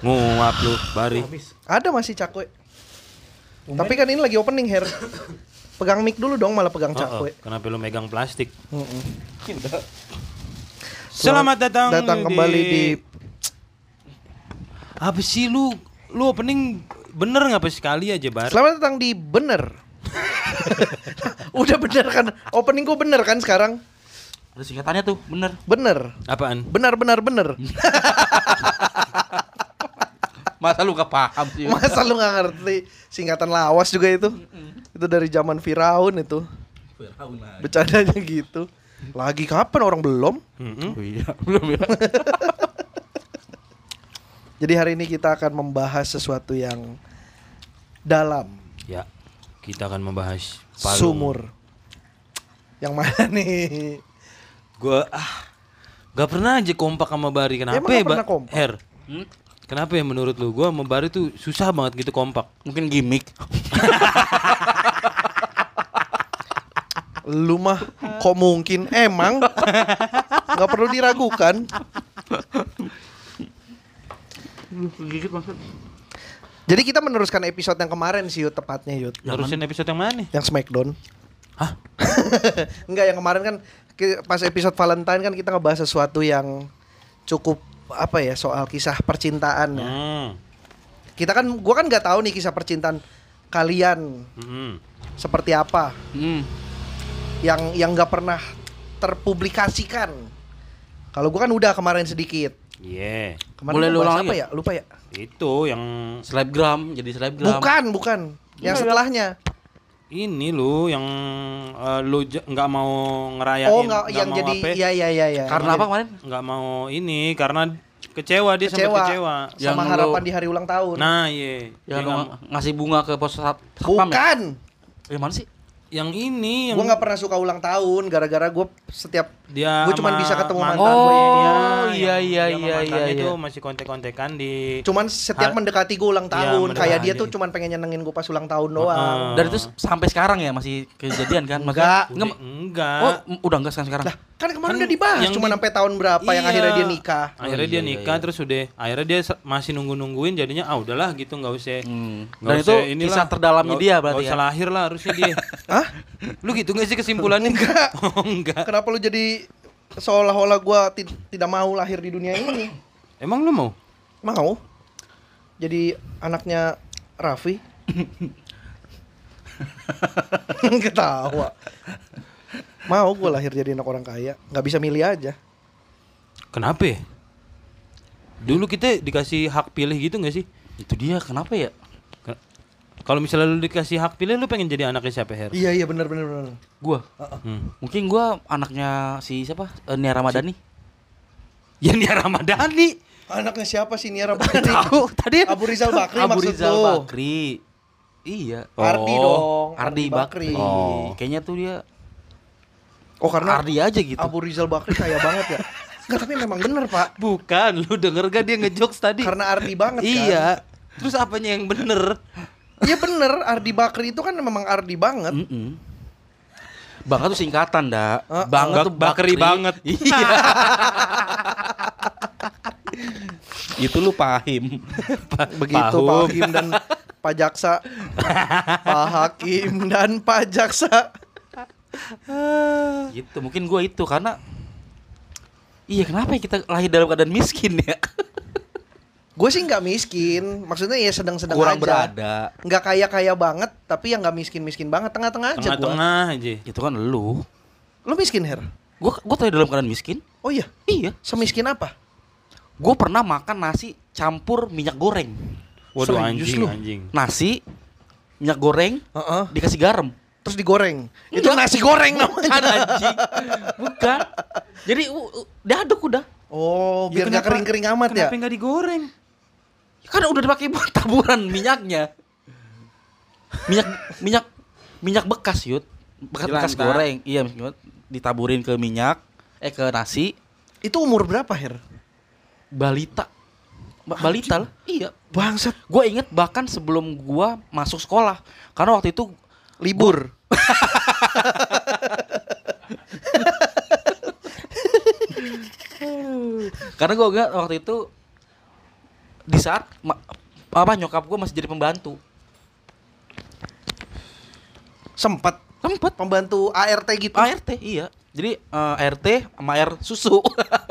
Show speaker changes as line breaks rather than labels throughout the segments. Nguap lu, bari.
Habis.
Ada masih cakwe.
Tumben.
Tapi kan ini lagi opening hair. Pegang mic dulu dong malah pegang
Oh, oh,
cakwe.
kenapa lu megang plastik?
Mm-mm.
Selamat datang
datang kembali di-
Apa sih lu? Lu opening bener nggak pas sekali aja, Bar?
Selamat datang di Bener. Udah bener kan? Opening gua bener kan sekarang?
Ada singkatannya tuh, bener.
Bener.
Apaan?
Benar benar bener.
Masa lu gak paham
Iya.
sih?
Masa lu nggak ngerti singkatan lawas juga itu? Itu dari zaman Firaun itu. Bercandanya gitu. Lagi kapan orang belum?
Mm-mm.
Jadi hari ini kita akan membahas sesuatu yang dalam
Ya, kita akan membahas
sumur. Yang mana nih?
Gua ah Gak pernah aja kompak sama Bari Kenapa
Emang
ya
nggak
Ba-
pernah kompak?
Her
Hmm?
Kenapa ya menurut lu Gua sama Bari tuh susah banget gitu kompak
Mungkin gimmick.
Lu mah kok mungkin emang nggak perlu diragukan.
Gigit maksud.
Jadi kita meneruskan episode yang kemarin sih Yud, tepatnya Yud.
Terusin episode yang mana
Yang Smackdown.
Hah?
Enggak yang kemarin kan ki- pas episode Valentine kan kita ngebahas sesuatu yang cukup apa ya soal kisah percintaan ya.
Hmm.
Kita kan gua kan nggak tahu nih kisah percintaan kalian
Mm-mm.
seperti apa
Hmm.
yang yang nggak pernah terpublikasikan. Kalau gua kan udah kemarin sedikit.
Yeah.
Kemarin
Boleh
gua
lu
bahas
ulang
apa
lagi?
ya? Lupa ya?
Itu yang
Selebgram, jadi selebgram.
Bukan, bukan. Yang setelahnya.
ini lu yang eh, lu ja- nggak mau ngerayain
Oh, nggak yang
mau
jadi
apa, ya?
iya iya iya iya.
Karena apa kemarin?
nggak mau ini karena kecewa dia
kecewa,
sempat kecewa.
Yang
sama
lu-
harapan di hari ulang tahun.
Nah, iya.
Ya,
Dia
lu
nggak
ng- ngasih bunga ke pos sat- satpam ya?
bukan.
Eh, mana sih?
yang ini yang
Gue nggak pernah suka ulang tahun gara-gara gue setiap
dia
gue
sama
cuman bisa ketemu
mantan
mantan
gue,
gue.
Oh,
dia,
iya,
yang- dia
iya,
sama
iya,
mantannya
iya,
tuh
iya.
masih kontek-kontekan di
Cuman setiap
Har-
mendekati gue ulang
Iya,
tahun kayak dia
mendekati.
tuh cuman pengen nyenengin gue pas ulang tahun doang.
Heeh.
Dari itu s-
Ah.
sampai sekarang ya masih kejadian kan?
Enggak.
Maksudnya-
Udah- enggak.
Oh, m- udah enggak sekarang?
Lah, kan kemarin
Kan
udah dibahas
yang
cuman
di-
sampai tahun berapa yang
Iya.
akhirnya dia nikah.
Akhirnya
Oh,
dia
iya, iya,
nikah
iya.
terus udah akhirnya dia se- masih nunggu-nungguin jadinya ah udahlah gitu nggak usah.
Hmm.
nggak
Dan itu
usah inilah,
kisah terdalamnya
nggak-
dia berarti
nggak usah
ya?
lahir lah harusnya dia.
Hah?
Lu gitu gak sih kesimpulannya?
Enggak.
Oh, enggak.
Kenapa lu jadi seolah-olah gue tidak mau lahir di dunia ini?
Emang lu mau?
Mau. Jadi anaknya Raffi. Ketawa. Mau gue lahir jadi anak orang kaya, nggak bisa milih aja.
Kenapa ya? Dulu kita dikasih hak pilih gitu gak sih?
Itu dia, kenapa ya?
Ke- Kalau misalnya lu dikasih hak pilih, lu pengen jadi anaknya siapa Her?
Iya iya benar benar benar.
Gua.
Hmm.
Mungkin gua anaknya si siapa? Eh, Nia Ramadhani.
Ya Nia Ramadhani.
Anaknya siapa sih Nia Ramadhani?
Tahu tadi
Abu Rizal Bakri
Abu
maksud
Rizal
lu?
Bakri. Iya.
Ardi dong, Ardi
Ardi
Bakri.
Bakri.
Oh.
Kayaknya tuh dia
Oh karena
Ardi aja gitu.
Abu Rizal Bakri kaya banget ya. Enggak tapi memang bener pak.
Bukan, lu denger gak dia ngejokes tadi?
Karena Ardi banget kan.
Iya. Terus apanya yang bener?
Iya bener Ardi Bakri itu kan memang Ardi banget.
Mm-mm. Bangga tuh singkatan, dah.
Heeh.
Banget
Bak-
tuh
bakri banget.
Iya. itu lu pahim.
Begitu Pak
Pahum.
Hakim dan Pak Jaksa. Pak Hakim dan Pak Jaksa.
gitu. Mungkin gua itu karena Iya, kenapa ya kita lahir dalam keadaan miskin ya?
Gue sih nggak miskin, maksudnya ya sedang-sedang aja.
Kurang berada.
Nggak kaya-kaya banget, tapi yang nggak miskin-miskin banget, tengah-tengah aja gue.
Tengah-tengah aja.
Itu kan lu.
Lu miskin Her?
Gua gua tuh dalam keadaan miskin.
Oh iya,
Iya.
semiskin apa?
Gue pernah makan nasi campur minyak goreng.
Waduh
Serius
anjing,
lu?
anjing.
Nasi, minyak goreng,
Heeh.
dikasih garam.
Terus digoreng. Itu nasi goreng namanya.
Bukan anjing. Bukan. Jadi u- u- diaduk udah.
Oh, biar nggak kering-kering amat ya.
Iya, Kenapa nggak digoreng?
Kan udah dipakai buat taburan minyaknya. Minyak minyak minyak bekas, Yud. Bekas, bekas
Jelantah.
goreng. Iya, minyak goreng. ditaburin ke minyak, eh ke nasi,
Itu umur berapa, Her?
balita. Ba- balita lah. Iya.
Bangsat,
Gue inget bahkan sebelum gua masuk sekolah. Karena waktu itu
libur.
Karena gue gak waktu itu di saat ma- apa nyokap gue masih jadi pembantu
Sempat
sempet
pembantu ART gitu.
ART iya jadi eh, ART sama air susu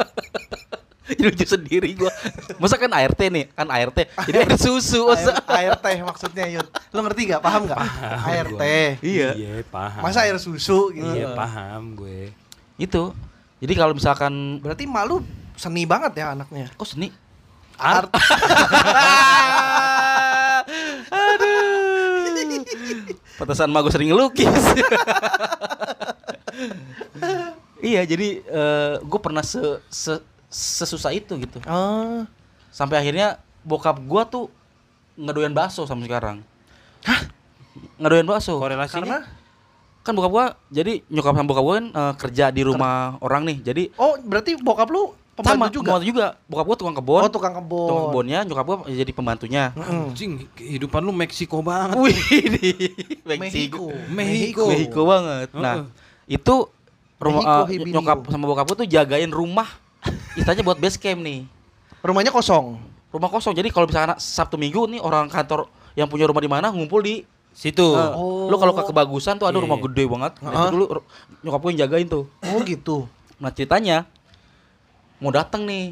jadi lucu sendiri gue masa kan ART nih kan ART jadi air susu masa
Air, ART maksudnya Yud. Lu ngerti gak? Paham gak? ART.
Iya.
paham.
Masa air susu gitu.
Iya, paham gue.
itu Gitu. jadi kalau misalkan
Berarti malu seni banget ya anaknya.
kok seni
Art.
Aduh. Petasan mah gue sering ngelukis. iya, jadi gue pernah se- se- sesusah itu gitu.
Ah.
Sampai akhirnya bokap gue tuh ngedoyan bakso sama sekarang. Hah? Ngedoyan bakso.
Korelasinya?
Kan bokap gue, jadi nyokap sama bokap gue kan eh, kerja di rumah orang nih. Jadi
Oh, berarti bokap lu
sama,
pembantu juga.
pembantu juga. Bokap gue tukang kebon.
Oh, tukang kebon.
Tukang kebonnya, nyokap gue jadi pembantunya.
Anjing, kehidupan lu Meksiko
Oh.
banget.
Wih, di
Mexico.
Mexico.
Mexico.
Mexico banget. Nah,
Heeh.
itu rumah
Mexico,
eh,
Hibinio.
nyokap sama bokap gua tuh jagain rumah. Istilahnya buat base camp nih.
Rumahnya kosong.
Rumah kosong. Jadi kalau misalkan Sabtu Minggu nih orang kantor yang punya rumah di mana ngumpul di
Situ.
Eh,
Oh.
Lu kalau ke kebagusan tuh ada
Iya,
rumah
iya.
gede banget. Nah, itu
Heeh.
dulu ru- nyokap gue yang jagain tuh.
Oh, gitu.
Nah, ceritanya mau datang nih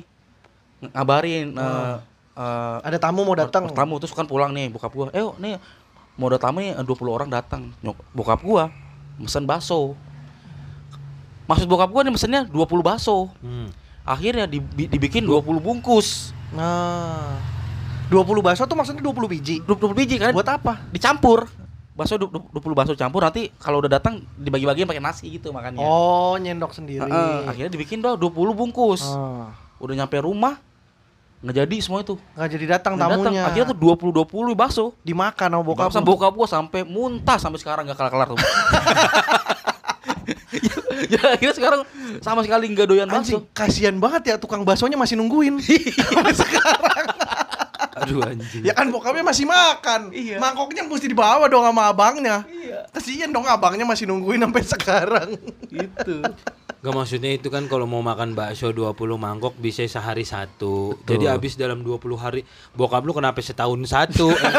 ng- ngabarin eh, eh,
Ada tamu mau datang.
Tamu terus kan pulang nih bokap gua. Eh, nih mau ada tamu nih 20 orang datang. Nyok bokap gua mesen bakso. Maksud bokap gua nih mesennya 20 bakso.
Hmm.
Akhirnya dibi- dibikin 20 bungkus.
Nah. 20 bakso tuh maksudnya 20 biji.
20 biji kan
Buat apa?
dicampur. Bakso du- du- 20 bakso campur nanti kalau udah datang dibagi-bagi pakai nasi gitu makannya.
Oh, nyendok sendiri.
Heeh, akhirnya dibikin doang 20 bungkus.
Ah.
Udah nyampe rumah nggak jadi semua itu.
nggak jadi datang
Nggak datang.
tamunya.
Akhirnya tuh 20 20 bakso.
dimakan sama bokap.
bokap sama bokap gua sampai muntah sampai sekarang nggak kelar kelar tuh ya, akhirnya sekarang sama sekali nggak doyan
Anjing,
bakso
kasihan banget ya tukang baksonya masih nungguin. Sampai sekarang.
Aduh anjing.
Ya kan bokapnya masih makan.
Iya.
Mangkoknya mesti dibawa dong sama abangnya. Kasihan dong abangnya masih nungguin sampai sekarang.
gitu
Gak maksudnya itu kan kalau mau makan bakso 20 mangkok bisa sehari satu. Jadi habis dalam 20 hari bokap lu kenapa setahun satu? Eh,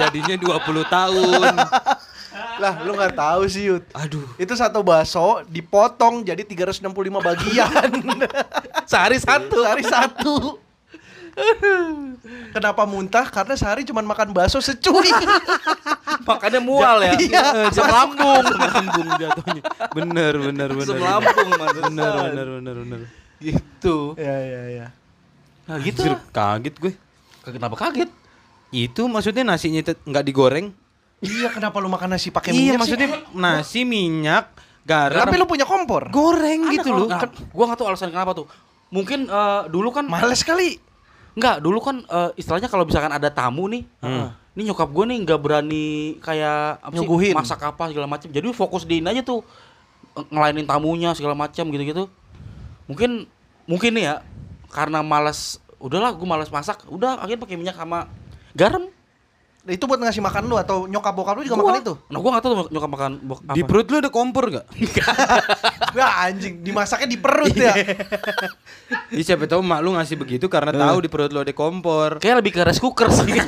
Jadinya 20 tahun.
lah, lu nggak tahu sih, Yud.
Aduh.
Itu satu bakso dipotong jadi 365 bagian.
sehari
satu
satu
hari satu. Kenapa muntah? Karena sehari cuma makan bakso secuil.
makannya mual ya
Iya.
Eh, bisa melambung
Lambung jatuhnya. Bener bener bener.
bisa
bener.
melambung Mas.
Bener bener bener bener.
gitu
ya ya ya.
nah gitu
Anjir,
lah.
kaget gue.
kenapa kaget
Itu maksudnya nasinya tet- nggak digoreng?
Iya, kenapa lu makan nasi pakai
Iya
minyak?
maksudnya
sih?
nasi minyak garam
Tapi lu punya kompor.
goreng gitu
Ada
loh.
kalau- Nah, gua nggak tahu alasan kenapa tuh mungkin eh, dulu kan
Males kali.
Enggak, dulu kan eh, istilahnya kalau misalkan ada tamu nih, eh,
Hmm.
ini nyokap gue nih nggak berani kayak apa sih,
Nyuguhin.
masak apa segala macam. Jadi fokus diin aja tuh eh, ngelainin tamunya segala macam gitu-gitu. Mungkin mungkin nih ya karena malas udahlah gue malas masak, udah akhirnya pakai minyak sama garam.
Nah, Itu buat ngasih makan lu atau nyokap bokap lu juga
Gua-
makan itu?
Nah, gue nggak tahu tuh nyokap makan bok- apa.
Di perut lu ada kompor gak?
Wah anjing, dimasaknya di perut ya.
Ya, siapa tahu mak lu ngasih begitu karena tahu di perut lu ada kompor.
Kayak lebih ke rice cooker sih.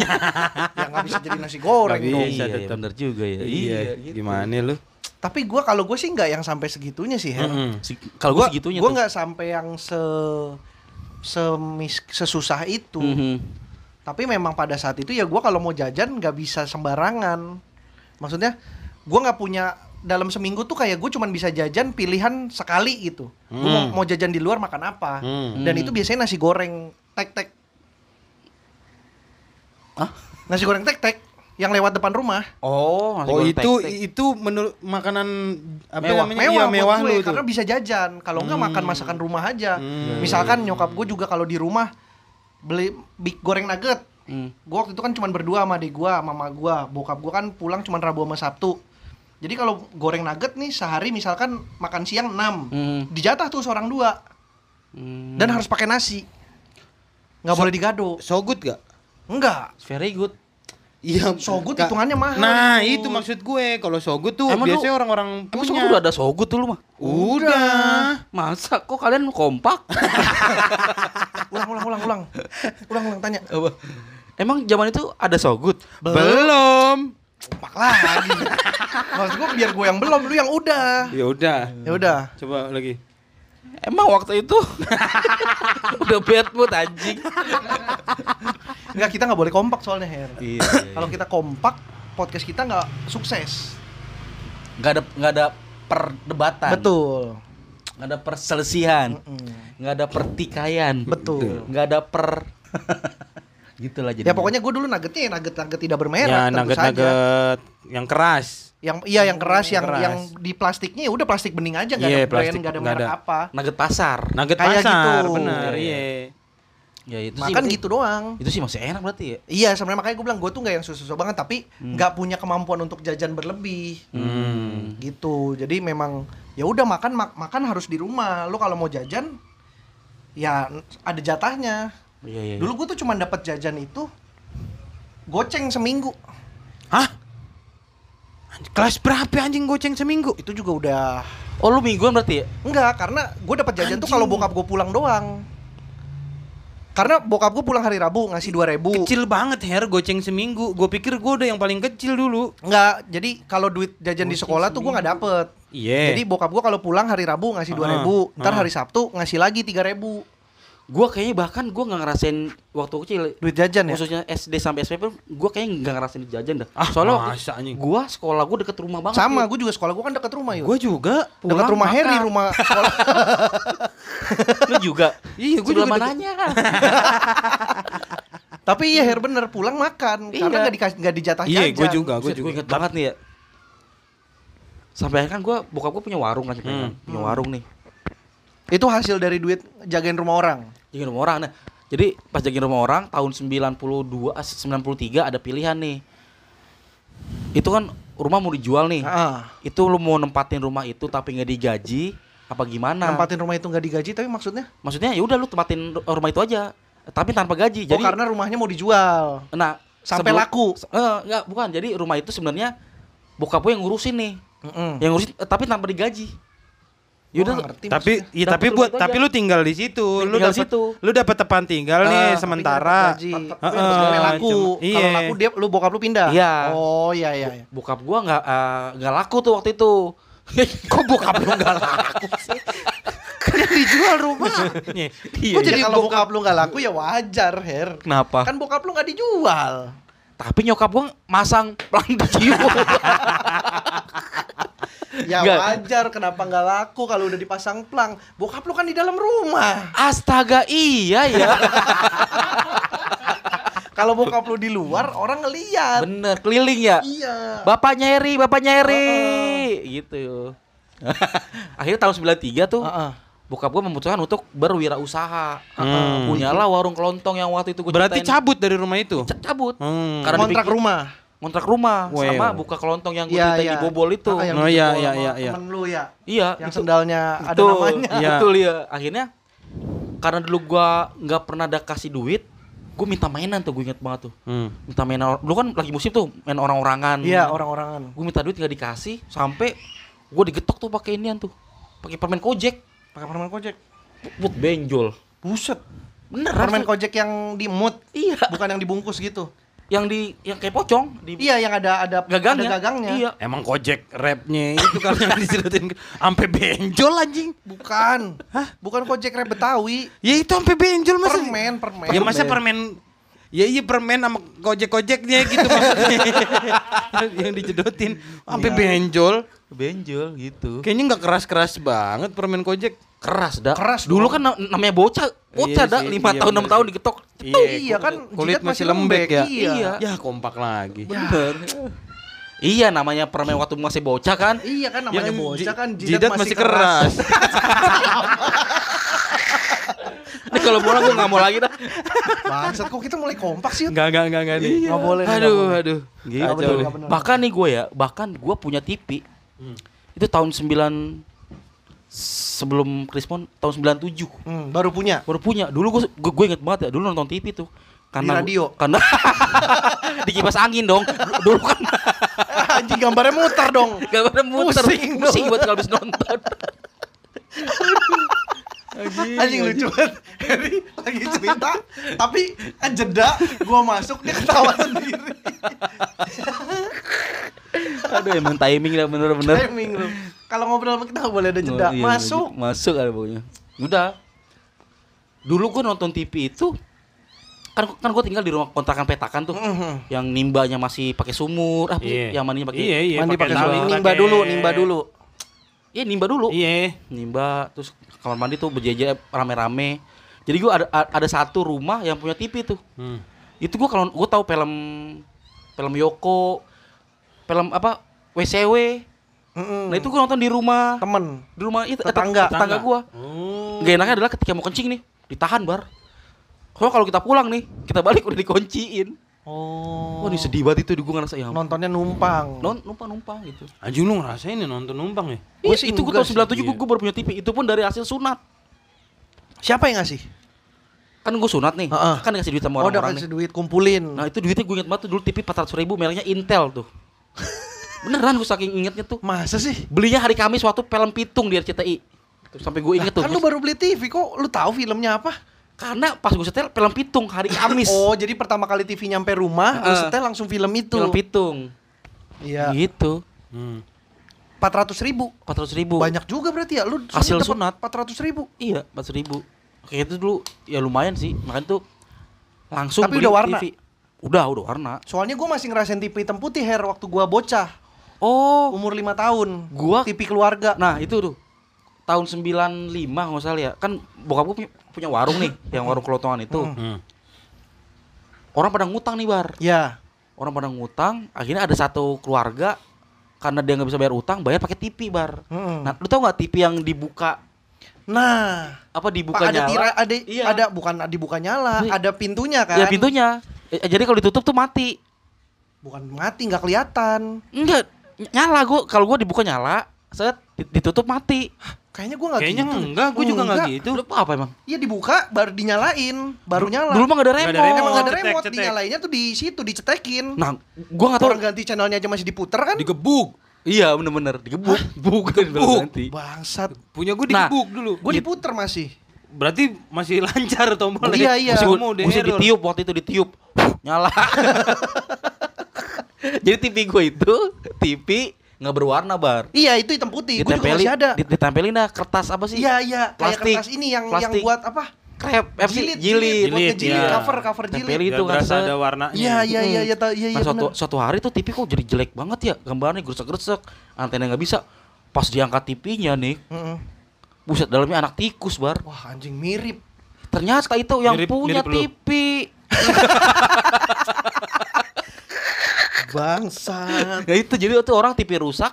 ya nggak bisa jadi nasi goreng
Nggak
dong.
bisa.
iya,
tetap.
bener juga ya.
Iya. gimana lu?
Tapi gua kalau gue sih nggak yang sampai segitunya sih, Her.
Mm-mm.
Si- Kalau gue
Gua
segitunya
gua
tuh.
nggak sampai yang se semis sesusah itu.
Mhm.
Tapi memang pada saat itu ya gua kalau mau jajan nggak bisa sembarangan. Maksudnya gua nggak punya dalam seminggu tuh kayak gue cuman bisa jajan pilihan sekali gitu. Gua
Mm.
mau,
Hmm.
mau jajan di luar makan apa?
Hmm.
Dan
Hmm.
itu biasanya nasi goreng tek-tek.
Hah?
Nasi goreng tek-tek yang lewat depan rumah.
Oh, nasi
Oh
goreng
itu
tek-tek.
itu menurut makanan apa
Mewah.
namanya?
Mewah,
Iya, mewah
buat
lu
gue,
itu.
karena bisa jajan. Kalau enggak makan masakan rumah aja.
Hmm.
Misalkan nyokap gue juga kalau di rumah beli big goreng nugget.
Hmm.
Gue waktu itu kan cuma berdua sama adik gue, mama gue, bokap gue kan pulang cuma Rabu sama Sabtu. Jadi kalau goreng nugget nih sehari misalkan makan siang 6
Hmm.
dijatah tuh seorang dua
Hmm.
dan harus pakai nasi. Nggak boleh digado.
So good gak?
Enggak.
very good.
Iya,
So good
Kak.
hitungannya mahal.
Nah, itu maksud gue. Kalau so good tuh
Emang lu-
biasanya orang-orang punya.
Emang sogut udah ada sogut dulu mah?
Udah.
Masa kok kalian kompak?
ulang ulang ulang ulang ulang ulang tanya
Apa? Emang zaman itu ada sogut?
Belum.
pak lagi maksud gua biar gua yang belum lu yang udah
Ya udah.
ya udah
Coba lagi.
Emang waktu itu udah bad mood anjing.
nggak kita nggak boleh kompak soalnya Her
Iya.
kalau kita kompak podcast kita nggak sukses
Gak ada nggak ada perdebatan.
betul
Gak ada perselisihan.
Mm-mm.
Nggak ada pertikaian.
betul
Nggak ada per gitulah jadi.
ya pokoknya gue dulu nuggetnya ya nugget nugget tidak bermerek
ya
tentu saja.
nugget-nugget yang keras.
yang iya yang keras yang
Keras.
yang di plastiknya ya udah plastik bening aja nggak
Iya,
ada brand
plastik,
nggak ada
nggak
merek
ada.
apa
nugget pasar.
Nugget
Kayak
pasar,
gitu.
benar.
Iya,
Iya.
Ya itu sih.
makan gitu doang
Itu sih masih enak berarti ya.
iya sebenarnya makanya gue bilang gue tuh nggak yang susah-susah banget tapi nggak punya kemampuan untuk jajan berlebih
Hmm.
gitu jadi memang ya udah makan mak- makan harus di rumah lu kalau mau jajan ya n- ada jatahnya
Iya iya. Dulu
dulu gue tuh cuma dapat jajan itu goceng seminggu
Hah? Anj- Kelas berapa anjing goceng seminggu?
itu juga udah
Oh lu mingguan berarti ya?
Enggak, karena gue dapat jajan tuh kalau bokap gue pulang doang. Karena bokap gue pulang hari Rabu ngasih dua ribu.
Kecil banget Her goceng seminggu. Gue pikir gue udah yang paling kecil dulu.
Enggak, jadi kalau duit jajan di sekolah tuh gue nggak dapet.
Iya.
Jadi bokap gue kalau pulang hari Rabu ngasih dua
Ah,
ribu, ntar
ah.
hari Sabtu ngasih lagi tiga ribu
Gua kayaknya bahkan gua nggak ngerasain waktu kecil
duit jajan ya.
khususnya SD sampai SMP gua kayaknya nggak ngerasain jajan dah.
Ah,
Soalnya waktu-
masa anjing.
gua sekolah gua deket rumah banget.
Sama,
Yud.
gue juga sekolah gue kan deket rumah yuk.
Gue ya, juga.
Deket
pulang
rumah
makan.
Harry, rumah sekolah.
lu juga.
Iya, gua
Sebelah
juga
mananya.
Tapi iya Her bener pulang makan
Iya.
karena nggak dikasih nggak dijatah
Iya,
jajan.
gue juga, gue
Buset,
juga.
Gua inget banget nih ya. Sampai akhirnya kan gua bokap gua punya warung kan, sampai
Hmm.
kan. punya warung nih.
Itu hasil dari duit jagain rumah orang.
Jagain rumah orang. Nah, jadi pas jagain rumah orang tahun 92 ah, 93 ada pilihan nih. Itu kan rumah mau dijual nih.
Ah,
Itu lu mau nempatin rumah itu tapi nggak digaji apa gimana?
Nempatin rumah itu nggak digaji tapi maksudnya? oh,
Maksudnya ya udah lu tempatin ru- rumah itu aja tapi tanpa gaji.
oh
Jadi
karena rumahnya mau dijual.
nah
sampai
sebelum-
laku.
se- eh, enggak, bukan. Jadi rumah itu sebenarnya bokap gue yang ngurusin nih.
Mm-mm.
Yang ngurusin eh, tapi tanpa digaji. Ya
Hmm. Gua
udah
nggak ngerti
Tapi
maksudnya.
iya,
Dapet
tapi
rumah
buat
itu
tapi
aja.
lu tinggal di situ. Lu
Tinggal
dapat
situ.
lu dapat tempat tinggal
Ah,
nih
tapi
Tapi
sementara.
nggak gaji.
Heeh,
Tapi harus sampai laku.
cuma-
Kalau
iya.
laku dia lu bokap lu pindah.
Iya.
Oh iya iya. iya.
bokap gua nggak eh, nggak laku tuh waktu itu kok bokap lu nggak laku sih
dijual rumah.
Nih,
Kok jadi kalau bokap lu nggak laku ya wajar,
Ah.
Her.
kenapa
Kan bokap lu nggak dijual.
tapi nyokap gua masang pelang di jiwo
Ya
Nggak.
wajar kenapa nggak laku kalau udah dipasang plang. Bokap lu kan di dalam rumah.
astaga iya ya
Kalau bokap lu di luar orang ngeliat.
bener keliling ya
Iya.
bapaknya Eri bapaknya Eri
Heeh.
gitu akhirnya tahun 93 tuh
Heeh.
bokap gua memutuskan untuk berwirausaha
Hmm.
punyalah warung kelontong yang waktu itu gua
berarti
ceritain.
cabut dari rumah itu.
Ca- cabut
Hmm.
Karena
Kontrak
dibikin-
rumah.
kontrak rumah
Wow.
sama buka kelontong yang gua
Iya,
ceritain
iya.
di Bobol itu
Ah, yang
Oh,
di
iya,
bawah
iya,
sama
iya, iya.
Temen lu ya.
iya
Yang
itu-
sendalnya ada
Betul,
namanya.
Iya.
Betul ya. Akhirnya karena dulu gua nggak pernah ada kasih duit, gua minta mainan tuh gue inget banget tuh.
Hmm.
Minta mainan. Dulu kan lagi musim tuh main orang-orangan.
Iya, orang-orangan.
Gue minta duit gak dikasih sampai gua digetok tuh pakai inian tuh. Pakai permen Kojek.
Pakai permen kojek.
Buat benjol.
Buset.
Bener
Permen kojek yang di mood,
Iya.
bukan yang dibungkus gitu.
Yang di yang kayak pocong di
Iya, yang ada ada
gagangnya.
ada gagangnya.
Iya.
Emang kojek rapnya itu kalau yang disedotin ampe benjol anjing.
Bukan. Bukan kojek rap Betawi.
Ya itu ampe benjol masa.
Permen, permen.
Iya,
Ya masa permen Ya iya permen sama kojek-kojeknya gitu maksudnya. yang dicedotin ampe
Iya.
benjol.
Benjol gitu.
Kayaknya nggak keras-keras banget permen kojek.
Keras dah.
Keras
Dulu
dong.
kan na- namanya bocah,
Iya
bocah dah
sih,
5
iya
tahun
bener
6 tahun
sih.
digetok.
iya kan
kulit
jidat
masih lembek, ya.
Iya.
Iya.
Ya kompak lagi.
Bener. iya namanya permen waktu masih bocah kan.
Iya kan namanya
Yang
bocah
Ya, ji-
kan jidat,
masih keras.
Ini kalau bola gue nggak mau lagi dah.
Bangsat kok kita mulai kompak sih. Yud?
Enggak enggak enggak enggak nih.
Nggak boleh, nggak
Aduh
boleh.
aduh.
Nggak
Gitu.
Iya, bener, nggak bener. Hmm.
Bahkan nih gue ya, bahkan gue punya TV. Itu tahun 9 sebelum Krismon tahun 97
Hmm, baru punya.
baru punya. Dulu gue gue, gue inget banget ya, dulu nonton TV tuh. Karena
Di radio.
Karena di kipas angin dong. Dulu kan
Ah, Anjing gambarnya muter dong.
gak ada muter.
Pusing dong.
Pusing buat kalau habis nonton.
Anjing lucu banget. Ferry lagi cerita tapi kan jeda gua masuk dia ketawa sendiri
Aduh emang timing lah bener-bener.
timing lu kalau ngobrol sama kita nggak boleh ada jeda
Oh, iya,
masuk
iya, Masuk ada pokoknya. Udah. Dulu gua nonton TV itu kan kan gua tinggal di rumah kontrakan petakan tuh.
Mhm.
Yang nimbanya masih pakai sumur, ah
Iya.
yang mandinya pakai.
Iya, iya,
mandi
pakai
pakai
tali,
suling.
pakai-
nimba dulu nimba dulu
Iya, nimba dulu.
Iya.
Nimba terus kamar mandi tuh berjejer rame-rame. Jadi gua ada a- ada satu rumah yang punya TV tuh.
Hmm.
Itu gua kalau gua tahu film film Yoko, film apa WCW.
Mm-mm.
Nah itu gua nonton di rumah
Mm-hmm. temen
di rumah itu eh,
Tetangga.
tetangga gua.
Oh.
Hmm.
Gak enaknya adalah ketika mau kencing nih ditahan bar. Kalau kalau kita pulang nih kita balik udah dikunciin.
oh
Wah ini sedih banget itu di gua ngerasa ya. ampun.
nontonnya numpang
Non numpang numpang gitu.
Anjing lu ngerasain ya nonton numpang ya?
Iya, Gua
Gua
sih
itu gua
enggak
tahun 97
sih,
gua,
iya.
gua baru punya TV itu pun dari hasil sunat.
siapa yang ngasih
Kan gua sunat nih.
Heeh.
Kan dikasih duit sama
oh udah
orang-orang nih.
kasih duit kumpulin
Nah itu duitnya gua inget banget tuh dulu TV 400 ribu mereknya Intel tuh. Beneran gua saking ingetnya tuh.
masa sih
Belinya hari Kamis waktu film Pitung di RCTI. Terus sampai gua inget tuh.
kan lu
gua-
baru beli TV kok lu tahu filmnya apa
Karena pas gua setel film Pitung hari Kamis.
oh jadi pertama kali TV nyampe rumah lu
Heeh.
setel langsung film itu
Film Pitung.
iya
Gitu.
Hmm.
400 ribu
400 ribu.
banyak juga berarti ya lu
Hasil
sunat dapat 400 ribu
Iya, 400 ribu. Kayak itu dulu ya lumayan sih. Makanya tuh langsung
Tapi
beli
udah warna?
Udah, udah warna.
Soalnya gue masih ngerasain TV hitam putih hair waktu gua bocah,
Oh.
umur 5 tahun.
Gua-
TV keluarga.
Nah, itu tuh. Tahun 95 nggak salah ya. Kan bokap gue punya warung nih, yang warung kelotongan itu.
Hmm.
Hmm.
Orang pada ngutang nih, Bar.
Ya.
Orang pada ngutang, akhirnya ada satu keluarga karena dia nggak bisa bayar utang, bayar pakai TV, Bar.
Mm-mm.
Nah, lu tau nggak TV yang dibuka
Nah,
apa
Pak,
dibuka
ada
nyala?
tirai, ada
Iya.
ada bukan dibuka nyala,
Ini-
ada pintunya kan?
Iya, pintunya. Eh, Jadi kalau ditutup tuh mati.
Bukan mati nggak kelihatan.
Enggak, ny- nyala gua. Kalau gua dibuka nyala, set di- ditutup mati.
Kayaknya gua nggak gitu.
Kayaknya enggak, gue juga enggak gitu.
Lu apa emang?
Iya dibuka baru dinyalain, baru nyala.
Dulu mah gak ada
Nggak ada
remote.
remote.
Emang nggak ada
cetek,
remote,
cetek.
dinyalainnya tuh di situ dicetekin.
Nah, gua gak tahu.
Orang ganti channelnya aja masih diputer kan?
Digebuk.
Iya, bener-bener digebuk. Bukan
Gebuk.
nanti.
Bangsat.
Punya gue
Nah,
digebuk dulu.
Gue diputer masih.
Berarti masih lancar tombolnya.
Iya, iya.
Masih,
Mesti,
mau
mesti
error.
ditiup waktu itu ditiup. Nyala. Jadi TV gua itu TV nggak berwarna bar.
Iya itu hitam putih. Gue juga masih ada.
dit- ditempelin dah kertas apa sih?
Iya iya kayak
Plastik.
kertas ini yang yang
Plastik.
buat apa?
Krep, eh,
Jilid,
jilid,
jilid,
buat
jilid, iya.
ngejilid, cover,
cover jilid.
Tempelin
Biar
itu kan.
berasa
set.
ada warnanya.
Iya iya iya iya ta- iya iya.
Nah, suatu,
bener.
suatu hari tuh TV kok jadi jelek banget ya gambarnya gresek-gresek antena nggak bisa pas diangkat TV-nya nih
Mm-mm.
buset dalamnya anak tikus bar
Wah anjing mirip.
ternyata itu yang
Mirip-
punya
mirip lu.
TV
Bangsat.
ya itu jadi itu orang TV rusak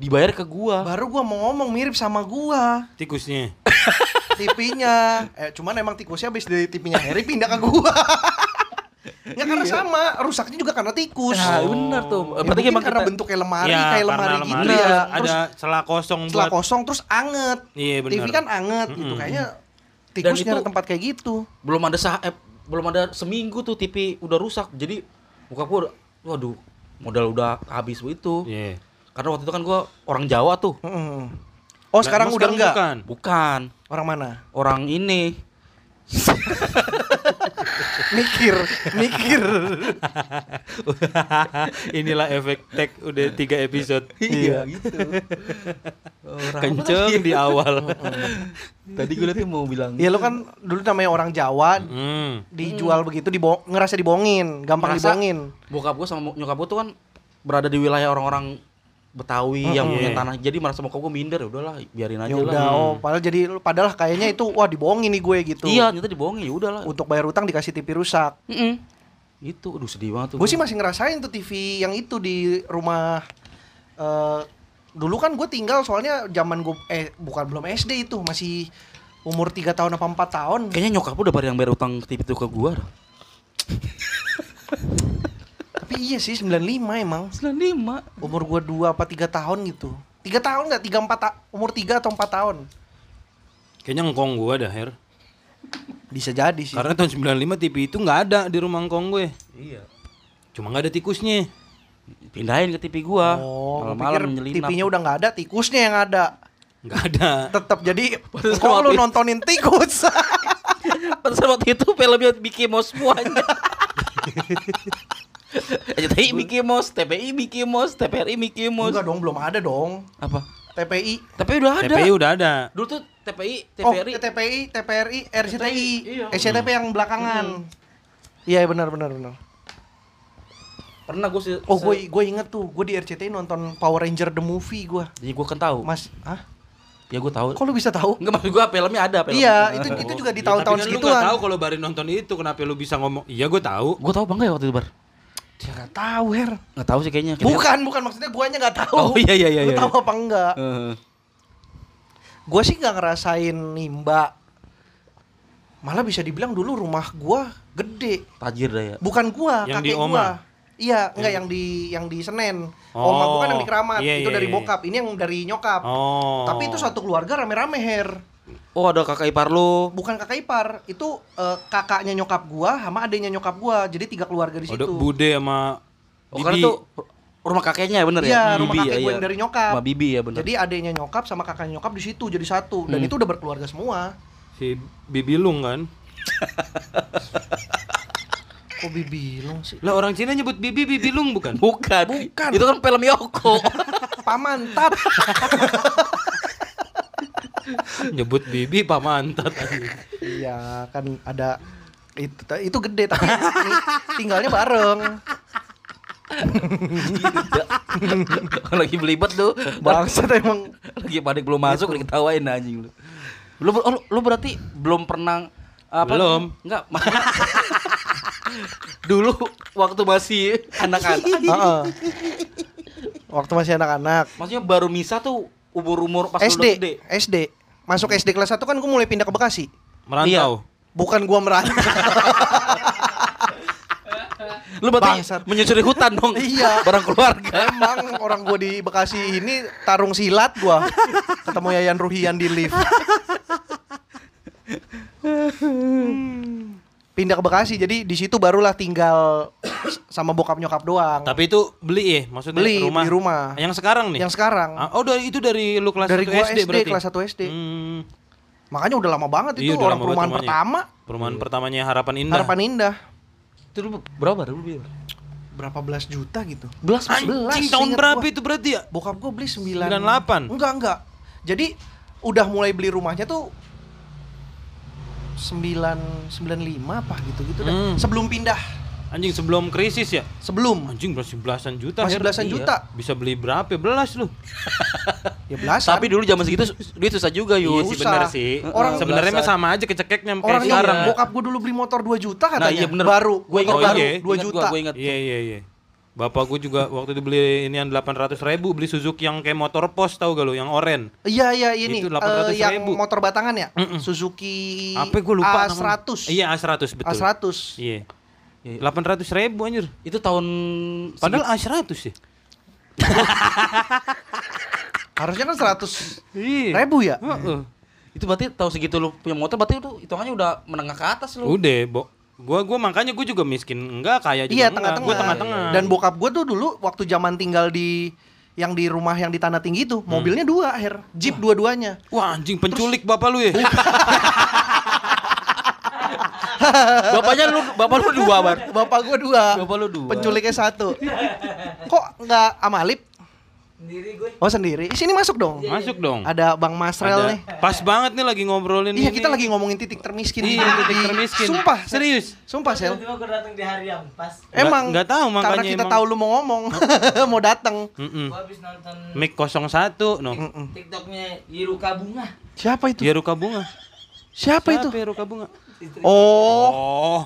dibayar ke gua
Baru gua mau ngomong mirip sama gua
Tikusnya.
TV-nya. Eh cuman emang tikusnya habis dari TV-nya Harry pindah ke gua. ya karena sama, rusaknya juga karena tikus.
Iya. nah
Oh.
bener tuh
Ya,
berarti
mungkin
emang
karena
kita
bentuk kayak lemari,
Iya,
kayak
karena
lemari, gitu
lemari.
ya.
Ada celah kosong
Terus
buat
setelah kosong terus anget.
Iya, bener.
TV kan anget gitu.
Mm-mm.
Kayaknya tikus
Dan itu-
nyari tempat kayak gitu.
belum ada sah eh, belum ada seminggu tuh TV udah rusak jadi muka gua udah- waduh modal udah habis begitu
Iya.
karena waktu itu kan gua orang Jawa tuh
Mm-mm. Oh
Nah,
sekarang
emang
udah enggak?
bukan?
bukan
Orang mana?
orang ini
mikir mikir
Inilah efek tag udah tiga episode. Iya.
Iya gitu.
Kenceng di awal.
Tadi gue liatnya mau bilang.
ya lu kan dulu namanya orang Jawa
Hmm.
dijual begitu dibo- ngerasa dibohongin gampang
Ngerasa-
dibohongin
Bokap gue sama nyokap gue tuh kan berada di wilayah orang-orang Betawi yang punya
Iya.
tanah. Jadi merasa bokap gue minder ya udahlah biarin aja
Hmm, ya
lah.
udah oh padahal jadi padahal kayaknya itu wah dibohongin nih gue gitu
Iya, ternyata dibohongin ya udahlah.
untuk bayar utang dikasih TV rusak
Mm-mm. Itu aduh sedih banget tuh.
gue sih masih ngerasain tuh TV yang itu di rumah eh, dulu kan gue tinggal soalnya zaman gue eh bukan belum SD itu masih umur 3 tahun apa 4 tahun
Kayaknya nyokap gue udah pada yang bayar utang TV itu ke gue dah.
tapi iya sih 95 emang
95
umur gua 2 apa 3 tahun gitu 3 tahun nggak 3 4 ta- umur 3 atau 4 tahun
Kayaknya ngkong gua dah, Her.
Iya. bisa jadi sih
Karena tahun 95 TV itu nggak ada di rumah ngkong gue.
Iya
Cuma nggak ada tikusnya.
Pindahin ke TV gue
Oh, gua pikir
Malam-malam nyelinap
TV-nya udah nggak ada, tikusnya yang ada.
Nggak ada.
Tetap jadi
Pantes
kok lu
mati.
nontonin tikus.
Monster waktu itu filmnya Mickey Mouse semuanya. JTI Mickey Mouse, TPI Mickey Mouse, TPRI Mickey Mouse.
Enggak dong, belum ada dong.
Apa?
TPI.
TPI udah ada.
TPI udah ada.
Dulu tuh TPI,
Oh,
TPRI.
TPI, TPRI, RCTI.
Iya.
SCTP yang belakangan. Iya, benar benar benar.
Pernah gue sih.
Oh, gue gue inget tuh, gue di RCTI nonton Power Ranger the Movie gue.
Jadi gue kan tahu.
Mas, ah,
Ya gue tahu.
kok lu bisa tahu?
Enggak maksud gue filmnya ada. Film.
Iya, itu itu juga di tahun-tahun
Tapi kan Lu
segituan.
gak tahu kalau Bari nonton itu kenapa lu bisa ngomong? Iya gue tahu.
Gue tahu bangga ya waktu itu bar.
Dia nggak tahu, Her.
Enggak tahu sih kayaknya.
Bukan, bukan maksudnya guanya nggak tahu.
Oh, iya, iya, iya,
Lu
iya.
tahu apa enggak?
Heeh.
Gue sih nggak ngerasain nimba. Malah bisa dibilang dulu rumah gua gede.
tajir dah ya.
Bukan gua,
Yang
kakek
di Oma?
gua. Iya, enggak yang di yang di Senen.
Oh,
Oma gua kan yang di Keramat,
iya,
itu
iya,
dari
iya.
bokap, ini yang dari nyokap.
Oh.
Tapi itu satu keluarga rame-rame her.
Oh ada kakak ipar lo.
Bukan kakak ipar, itu eh, kakaknya nyokap gua sama adiknya nyokap gua. Jadi tiga keluarga di situ.
Udah Bude sama
Oh, karena tuh rumah kakeknya ya bener
Iya,
ya.
rumah
Bibi
kakek gue
ya, iya.
yang dari nyokap.
Sama Bibi ya bener.
Jadi adiknya nyokap sama kakaknya nyokap di situ jadi satu dan
Hmm.
itu udah berkeluarga semua.
si Bibilung kan.
Kok bibilung sih?
Lah orang Cina nyebut Bibi Bibilung bukan?
Bukan.
Bukan.
Itu kan film Yoko.
Paman tat.
nyebut Bibi pamantat anjing.
Iya, kan ada itu itu gede tapi ni- tinggalnya bareng.
lagi belibet tuh.
Bangsat emang
lagi panik belum masuk udah ketawain anjing lu. Iya. Lu, ber- oh, lu- lu berarti belum pernah apa?
Belum.
Enggak. maksudnya- Dulu waktu masih anak-anak.
Heeh. Waktu masih anak-anak.
Maksudnya baru misa tuh umur-umur pas lu udah
SD,
gede.
SD. Masuk SD kelas 1 kan gue mulai pindah ke Bekasi.
Merantau.
Iya. Bukan gua merantau.
Lu berarti
Bangsat.
menyusuri hutan dong.
Iya.
Barang keluarga.
Emang orang gue di Bekasi ini tarung silat gua. Ketemu Yayan Ruhian di lift. Hmm. Pindah ke Bekasi jadi di situ barulah tinggal sama bokap nyokap doang.
Tapi itu beli ya, maksudnya
Beli,
rumah.
beli rumah.
Yang sekarang nih.
Yang sekarang.
Ah, Oh, dari itu dari lu kelas
Dari
1
gua
SD,
SD,
berarti.
kelas 1 SD.
Hmm,
Makanya udah lama banget
Iya,
itu
udah lama
orang
banget Nah.
perumahan
rumahnya.
pertama
Perumahan pertamanya Harapan Indah.
Iya. Harapan Indah.
Itu lu berapa dulu? Bil?
Berapa belas juta gitu.
Belas
Anjing
Sebelas,
tahun
seingat
berapa
gua.
itu berarti ya?
Bokap gue beli 9
98.
Enggak, enggak. Jadi udah mulai beli rumahnya tuh 9 95 apa gitu-gitu dah.
Hmm.
Sebelum pindah.
Anjing sebelum krisis ya?
Sebelum.
Anjing masih belasan juta.
Masih
Her.
belasan
Iya.
juta.
Bisa beli berapa? ya? Belas lu.
Ya belasan.
Tapi dulu zaman segitu su- duit susah juga
Iya
Yus.
sih
susah.
bener sih.
Ya Orang-
sebenarnya mah sama aja kecekeknya kayak
orang
sekarang. ya.
yang bokap gue dulu beli motor 2 juta katanya.
Nah, iya bener.
Baru,
Gua ingat
motor
gua,
baru
iya.
2 juta.
Gue ingat.
Iya iya iya. Bapak gue juga waktu itu beli ini yang 800 ribu beli Suzuki yang kayak motor pos tau gak lu yang oren.
Iya, iya ini.
Itu
eh,
800
yang
ribu.
motor batangan ya?
Mm-mm.
Suzuki
Apa gue lupa namanya.
A100.
Iya A100 betul.
A100.
Iya.
Iya.
800 ribu anjir.
Itu tahun
Padahal A100 ya.
Harusnya kan 100
Iya.
ribu ya?
Heeh.
itu berarti tahu segitu lu punya motor berarti itu hitungannya udah menengah ke atas
Iya.
lu.
Udah, Bo. Gua gua makanya gua juga miskin enggak kaya juga
Iya
enggak.
tengah-tengah.
Gua tengah-tengah.
Dan bokap gue tuh dulu waktu zaman tinggal di yang di rumah yang di tanah tinggi itu mobilnya dua her, jeep dua-duanya.
Hmm. Wah anjing penculik bapak lu
Iya.
ya.
Bapaknya lu bapak lu dua bar.
Bapak gue dua.
Bapak lu dua.
Penculiknya satu. Kok nggak amalip? Sendiri gue. Oh sendiri. Ih, Sini masuk dong.
Masuk dong.
Ada Bang Masrel
Ada.
nih.
Pas banget nih lagi ngobrolin
Iya
ini.
kita lagi ngomongin titik termiskin.
Iya,
Di-
titik termiskin.
Sumpah Sel.
Serius.
Sumpah sel.
Tiba-tiba gue datang di hari yang pas.
Nggak-
Emang
nggak tahu
Karena
makanya
kita
emang.
tahu lu mau ngomong, mau datang.
Mm-mm.
Gue habis nonton
Mic 01 no.
Mm-mm.
TikToknya Yiruka Bunga.
Siapa itu?
Dia Iya, ruka bunga.
Siapa itu?
ya ruka bunga?
Oh,
Oh.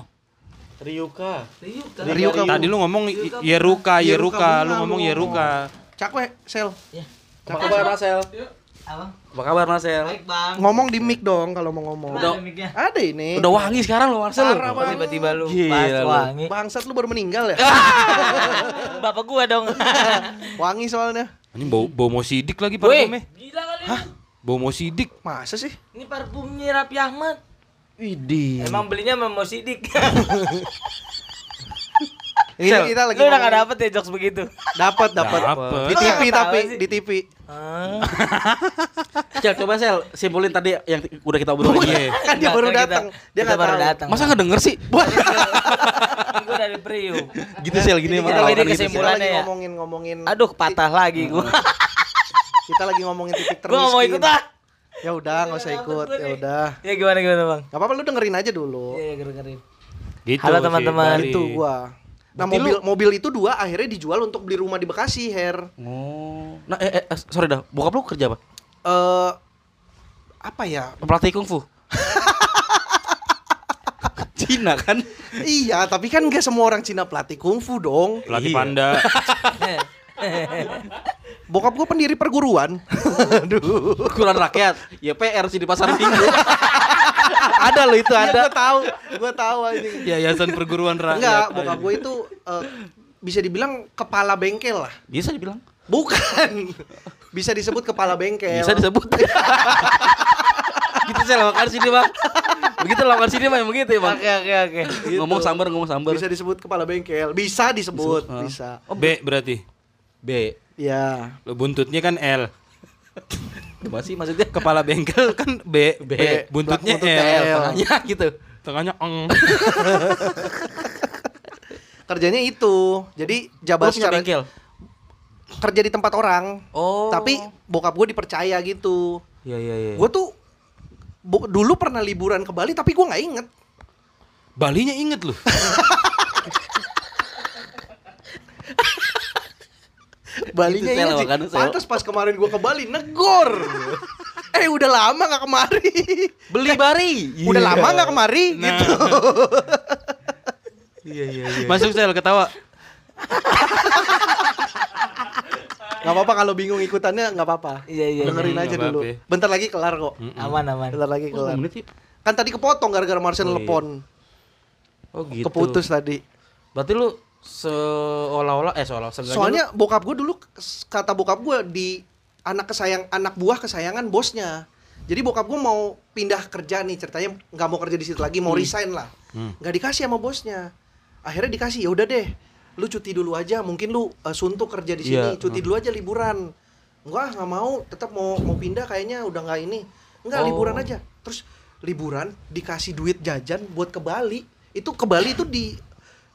Ryuka.
Yiruka.
Rio kamu.
Tadi lu ngomong i- iya, i- Yeruka, Yeruka, lu ngomong iya, Yeruka.
Cakwe, Sel.
Ya.
Apa kabar Marcel?
Apa?
Apa kabar Marcel?
Baik bang.
Ngomong di mic dong kalau mau ngomong.
Ah. Udah. Miknya.
Ada ini.
Udah wangi sekarang lu Marcel.
Parah,
Kok
Bang.
Tiba-tiba lu
Gila
pas
lu.
wangi.
Bangsat lu baru meninggal ya?
Ah. Bapak gue dong.
Wangi soalnya.
Ini bau bau mau sidik lagi
Weh.
parfumnya.
Gila kali lu.
Bau mau sidik.
Masa sih?
Ini parfumnya Raffi Ahmad.
Widih.
Iya.
Emang belinya sama Mo Sidik.
Ini
Sel,
kita lagi
Lu udah gak
ngomongin-
dapet ya jokes begitu.
Dapat, dapat.
Dapet.
Di TV
Ketawa
tapi
sih.
di TV.
Ah.
Cel, coba Sel, simpulin tadi yang udah kita obrolin.
Kan dia
Nggak,
baru
kita-
datang. Dia
kita
nggak
baru
tahu.
datang.
Masa nggak denger sih? Iya.
Gue dari Priuk.
gitu Sel, gini mah
Kita lagi
lawakan
Kita lagi
hidup.
kesimpulan. Kesimpulannya ya.
ngomongin ngomongin.
Aduh, patah lagi gue.
Kita lagi ngomongin titik
Gue
Hmm. termiskin.
mau ikut ah.
Ya udah, nggak usah
Nggak dapet
ikut.
gua
Ya
nih.
udah.
Ya gimana gimana bang?
Gak apa-apa lu dengerin aja dulu.
Iya keren-keren.
Gitu
Halo,
sih,
teman-teman.
Bali.
Itu gua. Nah,
Berarti
mobil mobil itu dua akhirnya dijual untuk beli rumah di Bekasi, Her.
Oh. Nah, eh, eh, eh, sorry dah. Bokap lu kerja apa?
Eh apa ya?
Pelatih kungfu. Cina kan?
iya, tapi kan gak semua orang Cina pelatih kungfu dong.
Pelatih
Iya.
panda.
Bokap gua pendiri perguruan. Aduh.
Ukuran rakyat. Ya PR sih di pasar minggu. ada loh itu
Iya,
ada.
gua tahu, gua tahu anjing.
Yayasan perguruan rakyat.
Enggak, bokap gue itu eh, bisa dibilang kepala bengkel lah.
Bisa dibilang.
Bukan. Bisa disebut kepala bengkel.
Bisa disebut. gitu Sel, lawakan sini bang. Begitu lawakan sini bang, begitu ya bang.
Oke oke oke.
Gitu.
Ngomong sambar, ngomong sambar.
Bisa disebut kepala bengkel. Bisa disebut,
Disebut, ah.
bisa.
B berarti.
B.
Ya.
Lo Buntutnya kan L.
Gimana sih maksudnya?
Kepala bengkel kan B.
B.
Buntutnya
Buntutnya
L.
L.
Tengahnya gitu.
Tengahnya eng.
Kerjanya itu. Jadi
Lu
jabat
punya
secara
bengkel?
kerja di tempat orang.
Oh.
Tapi bokap gue dipercaya gitu.
Iya iya iya.
Gue tuh bo- dulu pernah liburan ke Bali tapi gue nggak inget.
Balinya inget lu.
Balinya
Itu sel,
inget sih.
makanya sel.
Pantes pas kemarin gue ke Bali negor. eh udah lama nggak kemari.
beli bari.
Eh, udah lama nggak kemari
Nah.
gitu.
Iya iya iya.
Masuk sel ketawa.
Gak apa-apa kalau bingung ikutannya nggak apa-apa.
Iya, iya,
Dengerin
iya,
aja
nggak
dulu.
apa-apa.
Bentar lagi kelar kok.
Hmm.
Aman aman.
Bentar lagi
Oh,
kelar.
menit sih.
Kan tadi kepotong gara-gara Marcel
Oh, iya.
telepon.
Oh gitu.
Keputus tadi.
Berarti lu seolah-olah eh seolah seenggaknya
Soalnya bokap gue dulu kata bokap gue di anak kesayang anak buah kesayangan bosnya. Jadi bokap gue mau pindah kerja nih ceritanya nggak mau kerja di situ lagi mau resign lah.
Hmm.
Nggak dikasih sama bosnya. Akhirnya dikasih ya udah deh. Lu cuti dulu aja mungkin lu eh, suntuk kerja di sini
Iya,
cuti dulu aja liburan. Enggak nggak mau tetap mau mau pindah kayaknya udah nggak ini. Enggak
Oh.
liburan aja. Terus liburan dikasih duit jajan buat ke Bali. Itu ke Bali itu di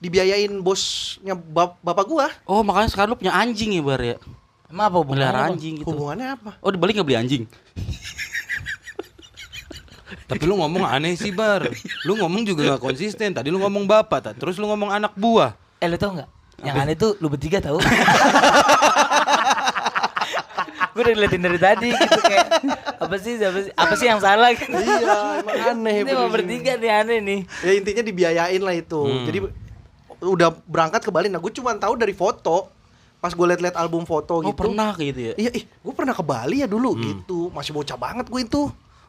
dibiayain bosnya bap- bapak gua.
lu- Oh makanya sekarang lu punya anjing ya bar ya.
Emang apa hubungannya?
Melihara
Bang?
anjing gitu.
Hubungannya apa?
Oh di Bali nggak beli anjing.
Tapi lu ngomong aneh sih Bar. Lu ngomong juga gak konsisten. Tadi lu ngomong bapak, tak? terus lu ngomong anak buah.
Eh lu tau nggak? Yang aneh tuh lu bertiga tau. gue udah ngeliatin dari tadi gitu kayak apa sih apa sih apa sih yang salah gitu.
iya, emang aneh.
Ini mau
bener-bener.
bertiga nih aneh nih.
Ya intinya dibiayain lah itu.
Hmm.
Jadi udah berangkat ke Bali. Nah, gue cuma tahu dari foto. Pas gue liat-liat album foto
Oh,
gitu.
pernah kayak gitu ya.
Iya, ih, gue pernah ke Bali ya dulu gitu. Masih bocah banget gue itu.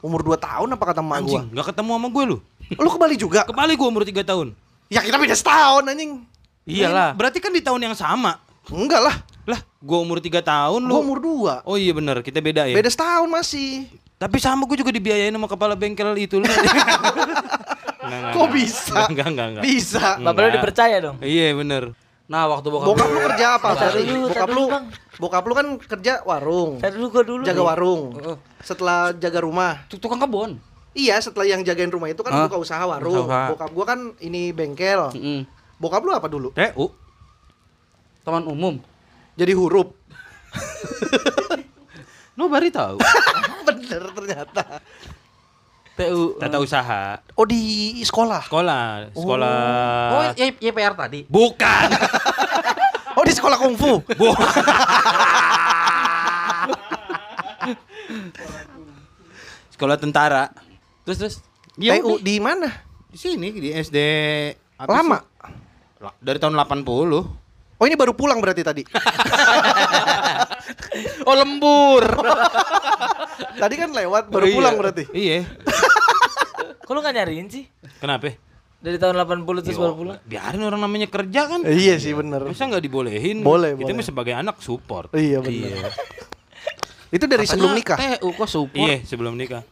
Umur 2 tahun apa kata emak gue?
Anjing, gak ketemu sama gue lu.
Lu ke Bali juga?
Ke Bali gue umur 3 tahun.
Ya kita beda setahun anjing.
Iyalah.
Berarti kan di tahun yang sama.
Enggak lah.
Lah, gue umur 3 tahun lu.
Gue umur 2.
Oh iya bener, kita beda ya.
Beda setahun masih.
Tapi sama gue juga dibiayain sama kepala bengkel itu lu.
Kok bisa?
Enggak, enggak, enggak.
Bisa.
Bapak lu
Enggak.
dipercaya dong.
Iya bener.
Nah waktu bokap,
Bokap lu kerja apa?
Tar
Ferry?
dulu,
Bokap
tar dulu,
lu
Bang.
Bokap lu kan kerja warung.
Tadi dulu gue dulu.
Jaga
nih.
warung.
Heeh.
Setelah jaga rumah.
Tuk- tukang kebon.
Iya, setelah yang jagain rumah itu kan
Hah?
buka usaha warung.
Usaha. Iya.
Bokap gua kan ini bengkel.
Mm-mm.
Bokap lu apa dulu?
TU.
Taman umum.
Jadi huruf.
Nobody tahu.
Bener ternyata.
TU.
Tata usaha.
Oh di sekolah.
Sekolah, sekolah.
Oh
Ah.
Y- YPR tadi.
Bukan.
Oh di sekolah kungfu.
Bukan. sekolah tentara.
Terus terus.
TU Eh, di mana?
di sini di SD apa
Lama.
sih? La- Dari tahun 80.
Oh ini baru pulang berarti tadi.
Oh lembur. Oh,
tadi kan lewat baru
Iya.
pulang berarti.
Iya.
Kok lu gak nyariin sih?
Kenapa?
Dari tahun 80 terus baru pulang.
Biarin orang namanya kerja kan.
Iya sih bener.
Masa nggak dibolehin?
Boleh,
Kita
boleh.
mah sebagai anak support.
Iya bener. Itu dari sebelum nikah?
TU kok support.
Iya, sebelum nikah.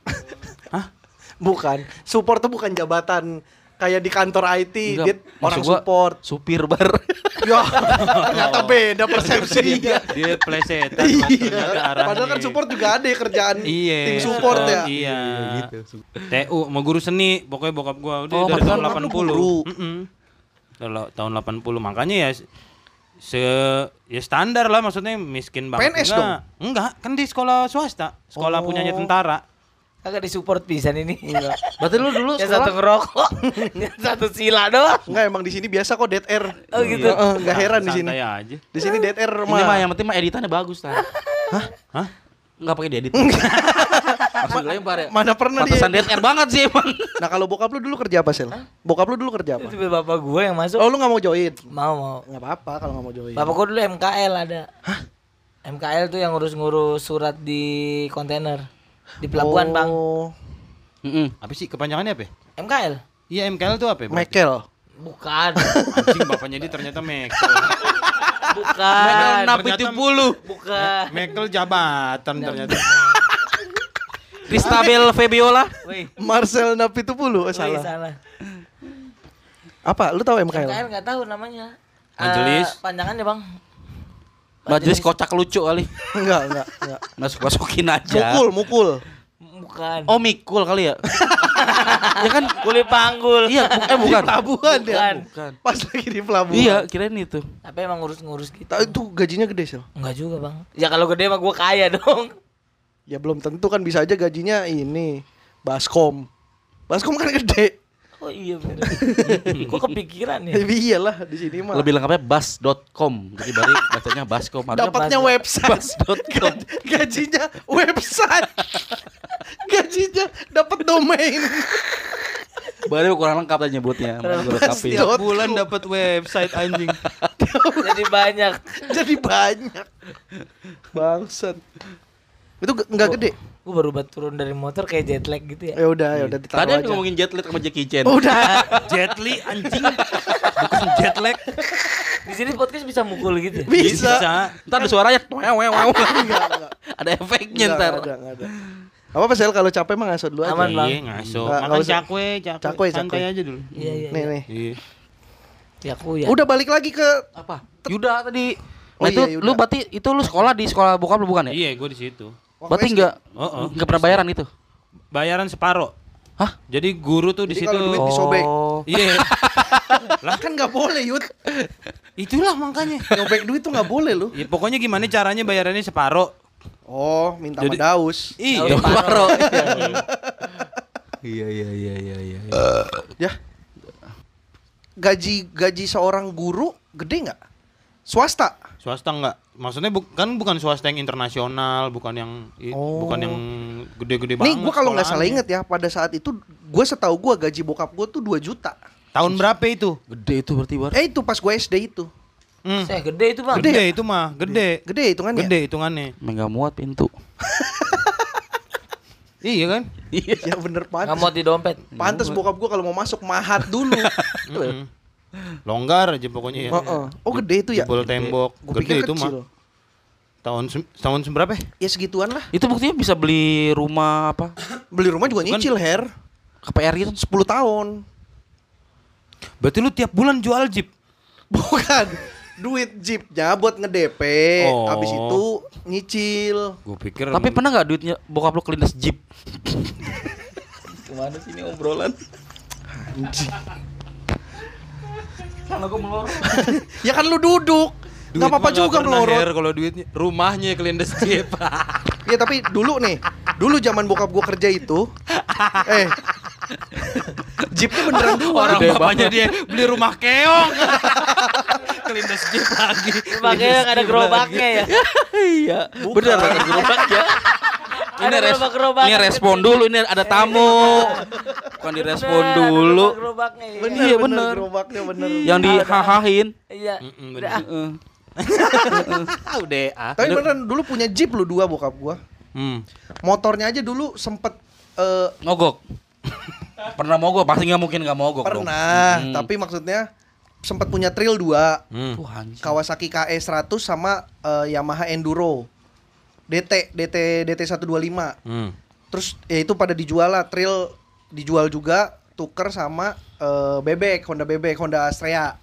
Bukan. Support tuh bukan jabatan kayak di kantor IT,
Enggak,
dia
maksud
orang
gua Oh.
support.
Supir bar.
ya ternyata beda persepsinya.
Iya.
Dia plesetan Mas.
Iya.
ternyata arahnya.
Padahal kan support juga ada ya kerjaan
Iya.
tim support ya.
Iya.
Gitu.
TU mau guru seni pokoknya bokap gua udah
Oh,
dari
bokap
tahun
lu
80
guru.
Mm-mm. Kalau tahun 80 makanya ya se ya standar lah maksudnya miskin banget
PNS
enggak
dong?
enggak kan di sekolah swasta sekolah
Oh.
punyanya tentara
Kagak disupport pisan ini.
Iya.
Berarti lu dulu
Yang
sekolah
satu ngerokok, yang satu sila doang.
Enggak emang di sini biasa kok dead air.
Oh, gitu.
Heeh, Enggak heran di sini.
santai aja
Di sini dead air
ini mah
mah.
yang penting mah editannya bagus tar.
Hah?
Enggak pakai diedit. Langsung dilempar ya.
Mana pernah dia.
Pantesan DTR banget sih emang.
Nah, kalau bokap lu dulu kerja apa, Sel? Bokap lu dulu kerja apa?
Itu bapak gue yang masuk.
Oh, lu nggak mau join?
Mau mau.
Enggak apa-apa kalau nggak mau
Iya.
join.
Bapak gue dulu MKL ada. MKL tuh yang ngurus-ngurus surat di kontainer di pelabuhan bang.
Oh,
Heeh.
Apa sih kepanjangannya apa? ya?
MKL
Iya MKL itu apa? ya, berarti?
Mekel.
bukan,
Anjing bapaknya dia ternyata Mekel.
bukan,
Nap itu bulu.
bukan.
Mekel jabatan ternyata.
Christabel Febiola.
Wih,
Marcel Napitupulu, eh,
salah.
salah.
salah.
Apa? Lu tahu ya, MKL?
MKL nggak tahu namanya. Eh,
Majelis.
panjangannya bang.
Majelis kocak lucu kali.
Enggak, enggak, enggak.
Masuk-masukin aja.
Mukul, mukul.
Bukan.
Oh, mikul kali ya. ya kan
kulit panggul.
iya, bu- eh bukan.
Pelabuhan
Bukan.
ya.
Bukan.
Pas lagi di pelabuhan.
Iya, kirain itu.
Tapi emang ngurus-ngurus gitu.
Ta- Itu gajinya gede, Sel.
Enggak juga bang. Ya kalau gede mah gue kaya dong.
Ya belum tentu kan bisa aja gajinya ini Baskom. Baskom kan gede.
Oh iya bener. Kok kepikiran
Iya.
ya?
Tapi iyalah di sini mah.
Lebih lengkapnya bas.com. Jadi bari bacanya bascom. Harusnya
Dapatnya
Bas-
website.
bas.com.
Gajinya website. gajinya dapat domain.
Bari kurang lengkap aja nyebutnya. Makanya gua lengkapin.
Dot
Tiap bulan dapat website anjing.
Jadi banyak.
Jadi banyak. Bangsat. Itu ge- nggak gede.
Gue baru bat turun dari motor kayak jet lag gitu ya.
Ya udah, ya udah ditaruh
Tadi
aja.
ada ngomongin jet lag sama Jackie Chan.
Udah.
Jetli anjing. Bukan jet lag.
Di sini podcast bisa mukul gitu. ya?
Bisa.
Ntar ada suaranya. Wew, wew, wew.
Enggak, enggak.
ada efeknya
Enggak,
ntar.
enggak, enggak ada. Apa Pak Sel kalau capek mah ngaso dulu aja.
Aman, Bang.
Iya, ngaso.
Nggak, nggak
Makan
usah.
cakwe, cakwe.
Cakwe,
Santai
cakwe.
aja dulu.
Iya iya.
Nih, nih.
Iya.
Ya aku ya.
Udah balik lagi ke
Apa? Yuda tadi.
Oh
Nah itu
iya, Yuda.
lu berarti itu lu sekolah di sekolah bokap lu bukan ya?
Iya, gua di situ.
Berarti enggak
Oh, oh.
enggak pernah bayaran itu.
Bayaran separo.
Hah?
Jadi guru tuh di
Jadi
situ.
kalau duit disobek.
Oh.
Iya.
Lah kan nggak boleh, Yud.
Itulah makanya.
Nyobek duit tuh nggak boleh lu.
Ya, pokoknya gimana caranya bayarannya separo.
Oh, minta sama
Jadi-
Daus.
Ya
Iya.
Paro.
Iya, iya, iya, iya, iya.
Ya. Gaji gaji seorang guru gede nggak? Swasta.
Swasta enggak. Maksudnya bu- kan bukan swasta yang internasional, bukan yang i-
Oh.
bukan yang gede-gede banget.
Nih gue kalau nggak salah
sekolahannya.
inget ya pada saat itu gue setahu gue gaji bokap gue tuh 2 juta.
Tahun berapa itu?
Gede itu berarti bar.
Eh itu pas gue SD itu.
Hmm.
Saya gede itu bang.
Gede, itu mah, gede.
Gede hitungannya.
Gede hitungannya.
Enggak muat pintu.
Iya kan?
Iya bener
Nggak
pantas.
mau di dompet.
Pantas bokap gue kalau mau masuk mahat dulu.
Mm-mm. Hmm. Longgar aja pokoknya ya.
Heeh. Iya. Oh gede itu ya.
Jebol tembok. gede
Gue pikir
itu mah.
kecil.
Tahun sem- tahun seberapa? ya?
Ya segituan lah.
Itu buktinya bisa beli rumah apa?
Beli rumah juga nyicil her.
KPR gitu.
10 tahun.
Berarti lu tiap bulan jual Jeep.
Bukan. Duit jeepnya buat ngedp.
Oh.
Habis itu nyicil.
Gue pikir
Tapi pernah nggak duitnya bokap lu kelindes jeep? Kemana sih ini obrolan?
Anjing.
Karena gue melorot.
Ya kan lu duduk. Gak apa-apa juga melorot.
kalau duitnya rumahnya kelindes jeep.
Iya tapi dulu nih, dulu zaman bokap gua kerja itu, eh, jeepnya beneran dua.
Orang
Gede
bapaknya dia beli rumah keong. kelindes jeep lagi.
Makanya ada gerobaknya ya.
iya. Bener ada gerobak ya. Ini
Ada
res
gerobak-gerobak.
ini respon dulu ini ada tamu. Bukan direspon
Bener, ada
dulu.
gerobak-gerobaknya, iya.
Bener,
Iya,
bener,
bener.
gerobaknya bener.
Yang dihahahin.
Iya.
bener.
Heeh.
Udah.
Tapi beneran dulu punya jeep lu dua bokap gua.
Hmm.
Motornya aja dulu sempet eh,
Mogok. Pernah mogok, pasti nggak mungkin nggak mogok dong.
pernah,
Hmm.
tapi maksudnya sempet punya trail dua,
Hmm.
Tuh anjing.
Kawasaki KE 100 sama eh, Yamaha Enduro. DT DT DT 125.
Hmm.
Terus ya itu pada dijual lah trail dijual juga tuker sama eh, bebek Honda bebek Honda Astrea.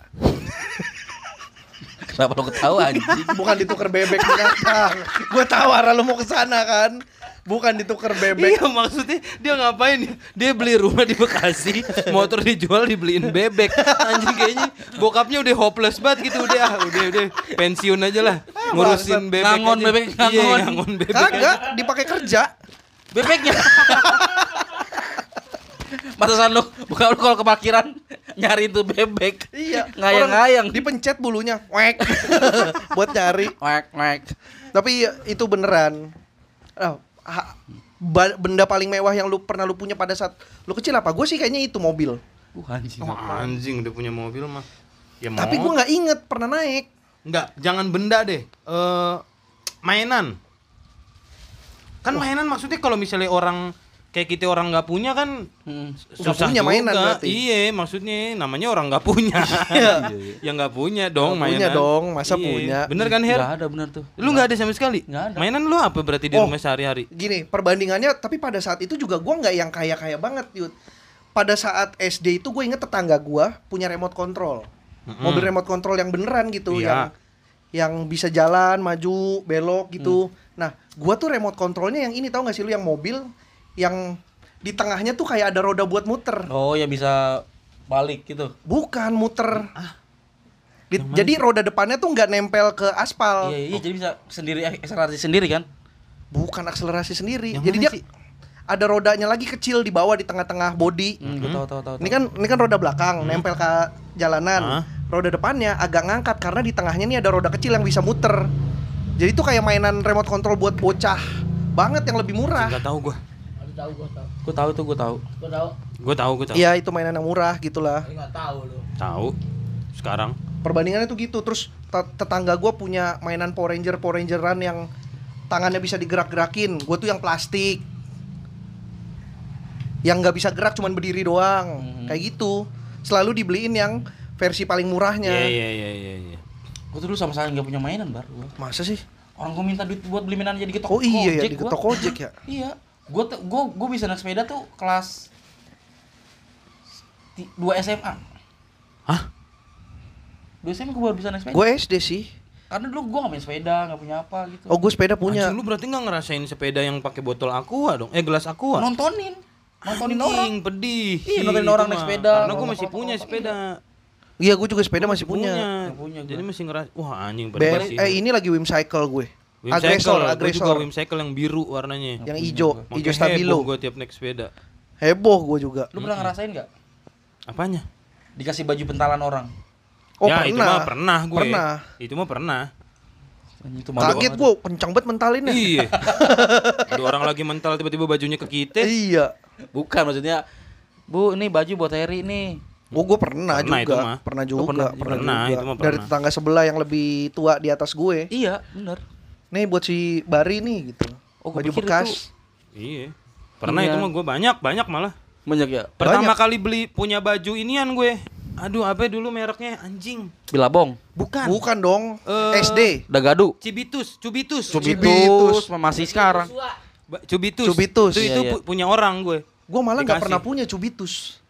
Kenapa lo ketawa anjing?
Bukan ditukar bebek binatang. Gua tahu arah lu mau ke sana kan. Bukan ditukar bebek.
Iya maksudnya dia ngapain ya? Dia beli rumah di Bekasi, motor dijual dibeliin bebek. Anjing kayaknya bokapnya udah hopeless banget gitu udah, ah, udah udah pensiun aja lah ngurusin bebek.
Ngangon
aja.
bebek,
Iya,
ngangon.
ngangon bebek.
Kagak dipakai kerja.
Bebeknya. Masa lu bukan lu kalau ke parkiran nyari tuh bebek.
Iya.
Ngayang-ngayang.
Orang Dipencet bulunya. Wek. Buat nyari.
Wek wek.
Tapi itu beneran. Ah, ha- ba- benda paling mewah yang lu pernah lu punya pada saat lu kecil apa? Gue sih kayaknya itu mobil.
Uh anjing.
Wah, Anjing udah punya mobil mah. Ya
Tapi gue nggak inget pernah naik.
Enggak, jangan benda deh. Eh mainan. Kan mainan maksudnya kalau misalnya orang kayak kita orang nggak punya kan
Hmm.
Nggak
susah
punya
juga.
mainan berarti. Iya.
Iya, maksudnya namanya orang nggak punya. ya nggak punya dong
Nggak
mainan.
punya dong, masa
Iya.
punya.
Bener kan Her?
Nggak ada benar tuh.
Lu nggak ada sama sekali.
Nggak ada.
Mainan lu apa berarti di
Oh.
rumah sehari-hari?
Gini perbandingannya, tapi pada saat itu juga gue nggak yang kaya kaya banget, Yud. Pada saat SD itu gue inget tetangga gue punya remote control,
Mm-mm.
mobil remote control yang beneran gitu,
Iya.
yang yang bisa jalan, maju, belok gitu. Nah, gue tuh remote controlnya yang ini tau gak sih lu yang mobil, yang di tengahnya tuh kayak ada roda buat muter.
Oh ya bisa balik gitu.
Bukan muter. Di- jadi roda depannya tuh nggak nempel ke aspal.
Iya, iya jadi bisa sendiri akselerasi sendiri kan?
Bukan akselerasi sendiri.
Yang
jadi
mana
dia
sih?
ada rodanya lagi kecil di bawah di tengah-tengah body.
Hmm, gua tahu tahu tahu.
Ini kan ini kan roda belakang nempel ke jalanan.
Hmm. Hah?
Roda depannya agak ngangkat karena di tengahnya nih ada roda kecil yang bisa muter. Jadi tuh kayak mainan remote control buat bocah banget yang lebih murah.
Nggak tahu gua.
Aduh tahu gua tahu.
gua tahu tuh gua tahu.
Gua tahu.
Gua tahu, gua tahu.
Iya, itu mainan yang murah gitulah.
Tapi enggak tahu lu.
Tahu. Sekarang
perbandingannya tuh gitu terus te- tetangga gue punya mainan Power Ranger Power Rangeran yang tangannya bisa digerak-gerakin gue tuh yang plastik yang nggak bisa gerak cuman berdiri doang
Mhm.
kayak gitu selalu dibeliin yang versi paling murahnya
Iya, iya, iya, iya, iya.
Gua tuh dulu sama sekali nggak punya mainan bar. Gua.
masa sih
Orang gua minta duit buat beli mainan jadi getok.
oh iya ya
Gojek
di
gua.
toko ojek ya
Iya. Gua tuh gua gua bisa naik sepeda tuh kelas ti- 2 SMA.
Hah?
2 SMA gua baru bisa naik sepeda.
gue SD sih
Karena dulu gua nggak punya sepeda, nggak punya apa gitu.
oh gue sepeda punya
Anjing lu berarti nggak ngerasain sepeda yang pakai botol aqua dong? Eh gelas aqua.
nontonin. Nontonin orang.
Anjing, pedih.
Iya,
sih,
nontonin
itu
orang
mah.
naik sepeda,
Karena gua
ngomong
masih
apa-apa,
punya
apa-apa,
sepeda.
iya gue juga sepeda masih
punya.
punya,
Nggak punya gua.
Jadi masih ngeras wah anjing
BM,
sih.
eh ini lagi Wim Cycle gue
Wim
agresor
Cycle, gua juga Iya,
agresor
Wim Cycle yang biru warnanya.
yang hijau hijau stabilo
Gue tiap naik sepeda.
heboh gue juga
Lu pernah ngerasain nggak?
Apanya?
Dikasih baju bentalan orang.
oh
ya,
pernah
itu mah pernah gue.
pernah
Itu mah pernah.
Anjing, Itu malu
Kaget
banget.
gue, kencang banget mentalinnya
iya. Ada orang lagi mental tiba-tiba bajunya ke kita.
Iya
Bukan maksudnya Bu, ini baju buat Heri nih.
Oh gue pernah,
Pernah itu
juga
mah.
Pernah juga Pernah,
pernah juga.
Pernah,
juga
itu mah
Dari
pernah.
tetangga sebelah yang lebih tua di atas gue
Iya, bener.
Nih buat si Bari nih gitu
Oh, gua
Baju
pikir
bekas
Iya. Pernah
Iya.
itu mah gue banyak, banyak malah.
Banyak ya?
Pertama
Banyak.
kali beli punya baju inian gue. Aduh, apa ya dulu mereknya anjing?
Bilabong,
Bukan.
Bukan dong
kan. Eh,
SD
Dagadu,
Cibitus, Cubitus.
Cibitus.
Cibitus, masih sekarang.
Ba- Cubitus.
Cubitus.
Itu, itu
Iya, iya.
pu- punya orang gue.
Gue malah nggak
Dikasih.
pernah punya cubitus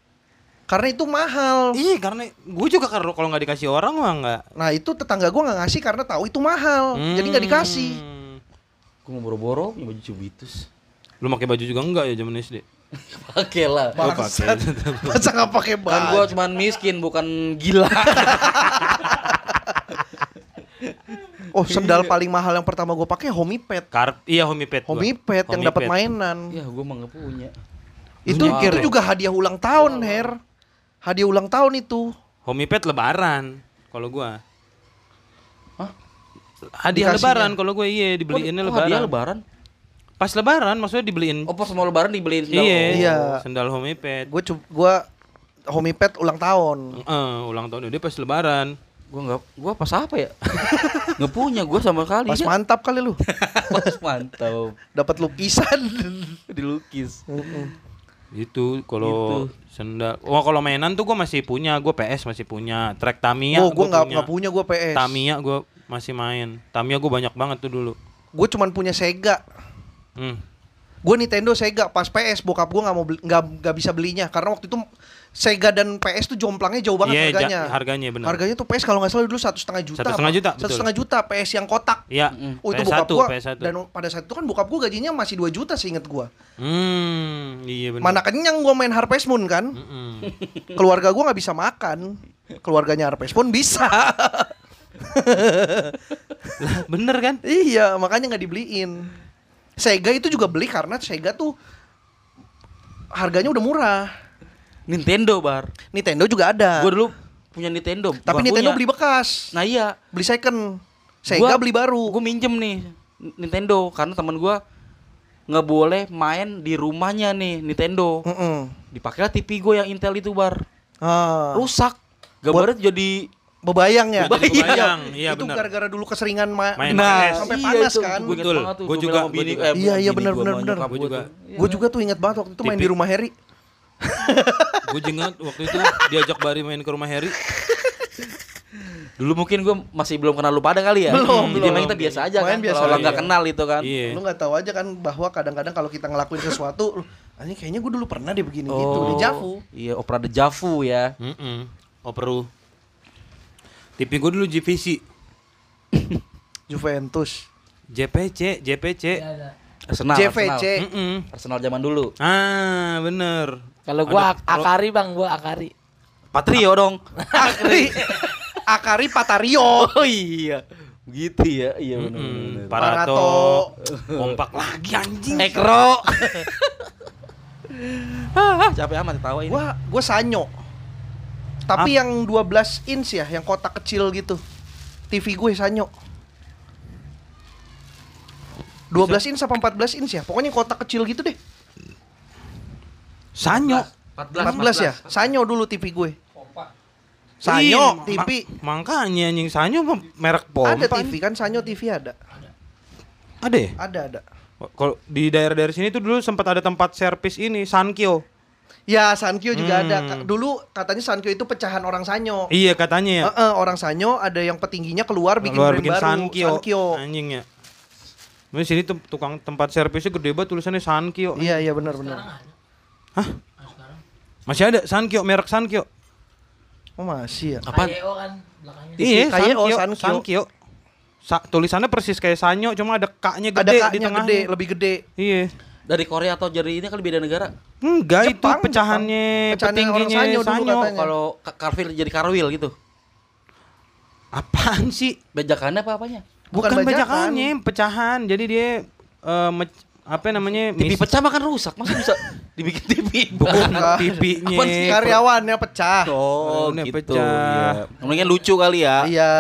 Karena itu mahal
Iya, karena gue juga kalau kalau nggak dikasih orang mah nggak.
Nah itu tetangga gue nggak ngasih karena tahu itu mahal Jadi nggak dikasih
Hmm.
Gue mau boro-boro punya baju Cibitus.
Lu pakai baju juga enggak ya zaman SD?
Pakai lah.
Bangsat. Masa nggak pakai
Kan
baju
gue cuman miskin bukan gila.
Oh sendal
Iya.
paling mahal yang pertama gue pakai Homipet
Karp, iya homipet. gua.
Homipet yang dapat
Homiped.
mainan
ya gue mah nggak punya.
Itu
Mikir
itu
ya?
juga hadiah ulang
Iya.
tahun, Her. Hadiah ulang tahun itu.
Homipet lebaran kalau gua.
Hah?
Hadiah
Dikasihnya?
lebaran kalau gue iya dibeliinnya
Oh,
lebaran.
hadiah lebaran.
Pas lebaran maksudnya dibeliin.
Oh pas mau lebaran dibeliin sendal.
iya,
Oh.
Iya.
Sendal homipet.
Gue gua homipet ulang tahun.
Eh, ulang tahun dia pas lebaran.
Gue nggak, gue pas apa ya? Nggak punya gue sama
Iya.
sekali.
Pas
ya.
mantap kali lu.
pas mantau.
Dapat lukisan.
Dilukis.
Itu kalau sendal. Wah, kalau mainan tuh gua masih punya, gua PS masih punya, Trek Tamiya
oh, gue
Iya, gua
nggak nggak punya gue PS.
Tamiya gua masih main. Tamiya gua banyak banget tuh dulu.
Gue cuman punya Sega.
Hmm.
Gue gue Nintendo Sega pas PS bokap gue nggak mau beli- nggak nggak bisa belinya karena waktu itu Sega dan PS tuh jomplangnya jauh banget
Iya, ja-
harganya.
harganya, benar.
Harganya tuh PS kalau nggak salah dulu satu setengah juta.
Satu setengah
apa?
juta,
Satu
betul.
setengah juta PS yang kotak.
Iya,
Oh itu
PS1,
bokap gua
PS1.
dan pada saat itu kan bokap gua gajinya masih 2 juta seinget gua.
Hmm, iya benar.
Mana kenyang gua main Harvest Moon kan?
Mm-mm.
Keluarga gua nggak bisa makan. Keluarganya Harvest Moon bisa.
Lah, bener kan?
iya, makanya nggak dibeliin. Sega itu juga beli karena Sega tuh harganya udah murah.
Nintendo bar.
Nintendo juga ada.
Gue dulu punya Nintendo.
Tapi
bukan
Nintendo
punya.
beli bekas.
Nah iya.
Beli second. Sega beli baru.
Gue minjem nih Nintendo karena teman gua nggak boleh main di rumahnya nih Nintendo.
Heeh.
Dipakailah TV gue yang Intel itu bar.
Ah.
Rusak. Gambarnya jadi
Bebayang ya?
Jadi bebayang, iya
itu
benar.
gara-gara dulu keseringan ma-
Main
nah,
PS.
sampai
iya,
panas
itu
kan.
gua ingat
Betul.
banget
Gua
tuh, gua
juga,
bilang sama
gua
bini-
juga.
eh,
Iya,
bukan
iya,
bini
benar,
gua,
benar,
sama
benar.
nyokap
Gua
gua
juga.
tuh.
Gue juga tuh inget banget waktu itu main di
Tipi-
rumah Heri.
Gue ingat waktu itu diajak Bari main ke rumah Heri.
Dulu mungkin gue masih belum kenal lu pada kali ya.
Belum,
Jadi emang
belum.
kita biasa aja
Main
kan.
biasa
Kalau orang
aja.
nggak kenal itu kan.
Iya.
Lu nggak tahu aja kan bahwa kadang-kadang kalau kita ngelakuin sesuatu, "Loh, anjing kayaknya gue dulu pernah deh begini gitu
Oh.
di Javu.
Iya, opera de Javu ya.
Mm-mm. Oh, Operu. TV gue dulu JVC.
Juventus,
JPC, JPC.
Iya,
Arsenal.
JVC.
Mm-mm.
Arsenal. Arsenal zaman dulu.
Ah, bener.
Kalau
Ada-
gua ak- akari bang, gua akari.
Patrio dong.
Hmm?
Akari, Akari Patario.
Oh iya. Begitu ya. Iya benar.
Mm,
benar.
Parato. Kompak lagi anjing.
Ekro. ah, ah, capek amat ketawa ini.
Gue gue Sanyo. Tapi yang 12 inch ya, yang kotak kecil gitu. TV gue ya Sanyo. 12 inch apa 14 inch ya? Pokoknya kotak kecil gitu deh.
Sanyo.
14, ya? Sanyo dulu TV gue. Sanyo
Ih,
TV.
Iya, ma- Makanya anjing Sanyo mah merek pompa.
Ada TV kan Sanyo TV ada.
Ada ya?
Ada ada.
Kalau di daerah-daerah sini tuh dulu sempat ada tempat servis ini, Sankyo.
Ya Sankyo juga
Hmm.
ada. Ka- Dulu katanya Sankyo itu pecahan orang Sanyo.
Iya katanya ya.
Heeh, orang Sanyo ada yang petingginya keluar Eh, bikin
Luar
brand
bikin
baru
Sankyo. Anjing ya. Di sini tuh tukang tempat servisnya gede banget tulisannya Sankyo.
Iya iya benar benar.
Masih ada Sankyo merek Sankyo.
Oh masih ya.
Apaan?
KYO kan belakangnya.
Iya,
kayak-
Sankyo,
oh,
Sankyo.
Sankyo.
Sa- tulisannya persis kayak Sanyo cuma ada kaknya
Ada
gede di
kaknya
tengah.
gede, lebih gede.
Iya.
Dari Korea atau dari ini kan beda negara.
Enggak itu
Jepang,
pecahannya
Jepang. Pecahannya orang
petingginya
Sanyo dulu
Sanyo.
katanya.
Kalau Ka- Carville jadi Karwil gitu.
Apaan sih?
Bejakannya apa apanya?
Bukan
Bukan,
bajakan.
bajakannya, pecahan. Jadi dia eh, mec- apa namanya?
TV
mis-
pecah makan rusak. Masa bisa dibikin TV?
bukan
Bukan.
TV-nya.
Apaan sih? Karyawannya ya, pecah.
Oh,
Karena
gitu.
pecah.
Iya. Mendingan lucu kali ya.
Iya.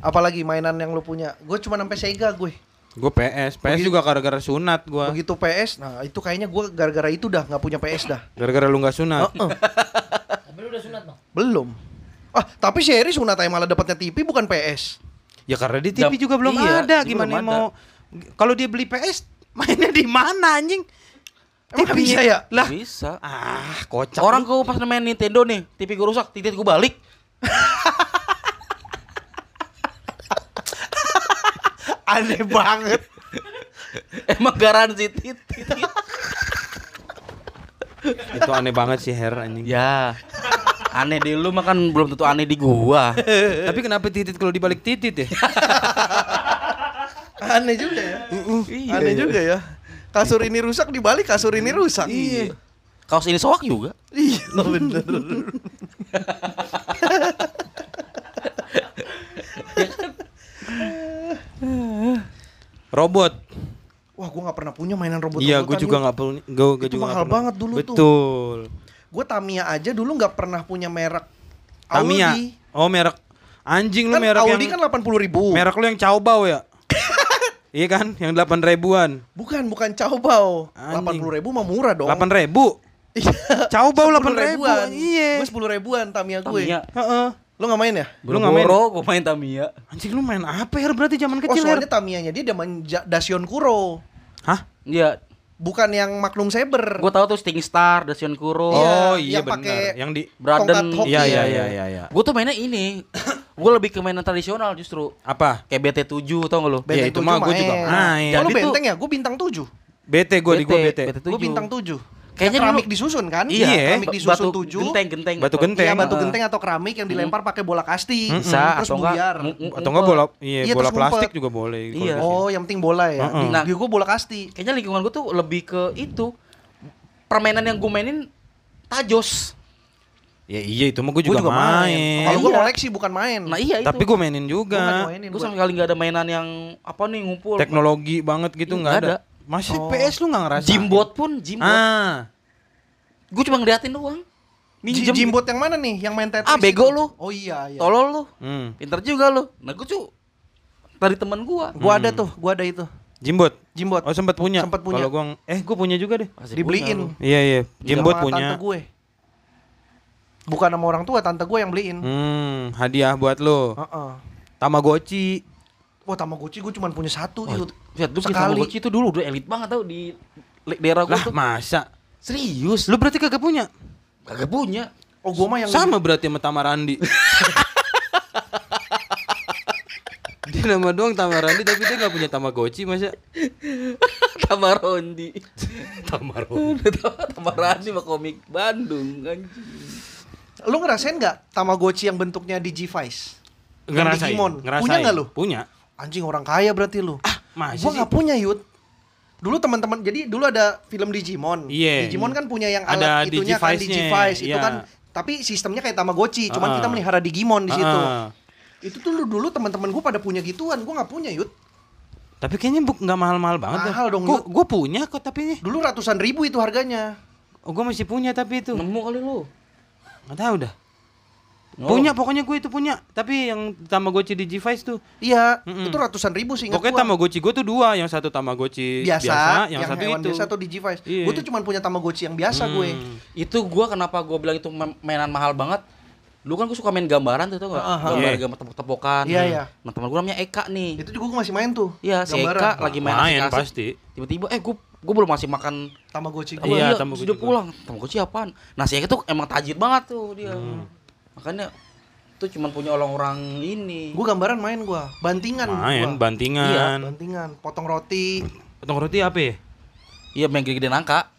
Apalagi mainan yang lu punya. Gue cuma sampai Sega gue.
Gue PS, PS juga gara-gara sunat gua.
Begitu PS, nah itu kayaknya gue gara-gara itu dah nggak punya PS dah.
Gara-gara lu nggak
Oh.
sunat.
Tapi lu udah sunat bang?
Belum. Ah, tapi si Eri sunat aja malah dapatnya TV bukan PS.
Ya karena di
Dap-
TV juga belum
iya,
ada.
TV
Gimana
belum ada.
mau kalau dia beli PS mainnya di mana anjing?
Emang
TV.
bisa ya?
Lah.
Bisa.
Ah, kocak.
Orang gue pas main Nintendo nih, TV gue rusak, titik gue balik.
Aneh banget.
Emang garansi titik.
itu aneh banget sih Her
Eh,
anjing.
ya. Aneh di lu makan belum tentu aneh di gua.
eh.
Tapi kenapa titit kalau dibalik titit ya?
Aneh juga ya.
Iya,
Aneh
iya.
juga ya. Kasur ini rusak dibalik kasur ini rusak.
Iya. Kaos ini soak juga.
Iya bener.
Robot.
Wah, gue nggak pernah punya mainan robot. kan,
Iya, gue juga nggak perlu. Gue
Itu
juga nggak
mahal
pernah.
banget dulu tuh.
Betul.
Gue Tamiya aja dulu nggak pernah punya merek.
Tamiya.
Audi.
Oh merek. Anjing lu
Kan
merek
Audi
yang
kan 80 ribu.
merek lu yang caubau ya? iya kan, yang delapan ribuan.
Bukan, bukan Caobao.
Anjing.
80 ribu mah murah dong. Iya.
Delapan ribu. Caubau delapan ribu. Iya.
Gue 10 ribuan Tamiya gue.
Tamiya.
Heeh.
Lo nggak main ya?
Lu
Lu
nggak main?
Boro, gua main Tamiya.
Anjing lu main apa Her berarti zaman
oh,
kecil ya. Her?
soalnya Tamiyanya dia zaman Ja- Dasion Kuro.
Hah?
Iya,
Bukan yang Magnum Saber.
gua tahu tuh Sting Star, Dasion Kuro.
Oh iya
Iya, yang pakai
benar. Yang di
Braden.
tongkat hoki.
Iya
ya.
iya iya iya iya.
Gua tuh mainnya ini. Gue lebih ke mainan tradisional justru.
Apa?
Kayak BT7 tau gak lo?
Iya, itu mah gua juga main.
Oh, lu
Jadi tuh-
benteng ya? Gue bintang 7.
Bete gue di gue bete.
Gue bintang 7.
Kayaknya
Yang keramik
dulu-
disusun kan?
Iya,
keramik disusun
batu
7.
Genteng, genteng.
Batu
atau-
genteng.
Iya, batu
Heeh.
genteng atau keramik yang dilempar pakai bola kasti.
Bisa,
Terus
atau enggak,
buyar.
ng- ng-
Atau enggak bola iya,
Iya,
bola
terus
plastik
ngumpet.
juga boleh.
Iya.
Oh.
Oh, yang penting bola ya.
Heeh.
Nah, gue bola kasti.
Kayaknya lingkungan gue tuh lebih ke itu. Permainan yang gue mainin tajos.
Ya iya itu mah gue juga, main.
Kalau gue
Iya.
koleksi bukan main.
Nah iya
Tapi
itu.
gue mainin juga.
Gua nggak mainin.
Gue sama sekali gak ada mainan yang apa nih ngumpul.
Teknologi banget gitu
Iya,
nggak
nggak
ada. Masih
Oh.
PS lu nggak ngerasa?
Jimbot pun, jimbot.
Ah.
Gue cuma ngeliatin doang.
Ji-
Minjem.
Jimbot yang mana nih? Yang main Tetris?
Ah, bego
itu?
lu.
Oh iya, iya.
Tolol lu.
Hmm.
Pinter juga lu. Nah gue tuh dari temen gue.
Gua ada tuh, gua ada itu.
Jimbot.
Jimbot.
Oh sempet punya.
Sempet punya.
Kalau gua ng- eh gue punya juga deh.
Dibeliin.
Iya iya. Jimbot
Sama
punya.
Tante gue. Bukan sama orang tua, tante gue yang beliin.
Hmm, hadiah buat lo.
Heeh.
Tamagotchi.
Wah, Tamagotchi gue cuma punya satu
Oh,
itu.
lihat dulu
iya. Sekali.
Tamagotchi itu dulu udah elit banget tau di le- daerah gua
Lah
tuh.
masa?
Serius,
Lu berarti kagak punya?
kagak punya.
Oh, gue mah yang
Sama berarti sama Tamarandi. dia nama doang Tamarandi tapi dia nggak punya Tamagotchi masa?
Tamarondi.
Tamaro.
Tamarandi mah komik Bandung anjing.
Lu ngerasain nggak Tamagotchi yang bentuknya Digivice? Yang
Ngerasain.
Digimon.
Ngerasain.
Punya nggak lu?
Punya.
Anjing orang kaya berarti lu. Ah,
masih
gua
sih?
nggak punya, Yud. Dulu teman-teman, jadi dulu ada film Digimon.
Iya.
Digimon kan punya yang
Ada
alat itunya kan
Digivice-nya,
Digivice itu
iya.
kan tapi sistemnya kayak Tamagotchi, cuman
Ah.
kita melihara Digimon di situ.
Ah.
Itu tuh lu dulu teman-teman gue pada punya gituan, gue nggak punya, Yud.
Tapi kayaknya bu- nggak mahal-mahal banget. dah.
Mahal dong,
Gua,
Yud.
gua punya kok tapi
Dulu ratusan ribu itu harganya.
oh, gua masih punya tapi itu.
Iya.
Nemu kali lu.
Nggak tahu dah.
Oh.
Punya pokoknya gue itu punya. Tapi yang Tamagotchi di G-Vice tuh.
Iya,
Mm-mm.
itu ratusan ribu sih ingat
Pokoknya
gua.
Tamagotchi gue tuh dua, yang satu Tamagotchi biasa,
biasa,
yang, satu
hewan
itu.
biasa atau Digivice.
Iya.
Gue tuh cuman punya Tamagotchi yang biasa gue.
Hmm.
Itu gua kenapa gua bilang itu ma- mainan mahal banget. Lu kan gua suka main gambaran tuh tau gak?
Aha.
Gambar
Iya.
gambar tepok-tepokan.
Iya, iya.
Nah teman gua namanya Eka nih.
Itu juga gue masih main tuh.
Iya, si
gambaran.
Eka lagi main,
Ah, Main
asik-asik.
pasti.
Tiba-tiba eh gua gua belum masih makan
Tamagotchi gue.
Iya,
Iya,
iya
Tamagotchi
sudah
gua.
pulang. Tamagotchi apaan? Nah, si Eki tuh emang tajir banget tuh dia.
Hmm.
Makanya tuh cuman punya orang-orang ini.
Gue gambaran main gue,
Main
bantingan. Kan gua.
Iya,
bantingan.
bantingan, potong roti.
Potong roti apa ya?
Iya, main gede-gedean angka.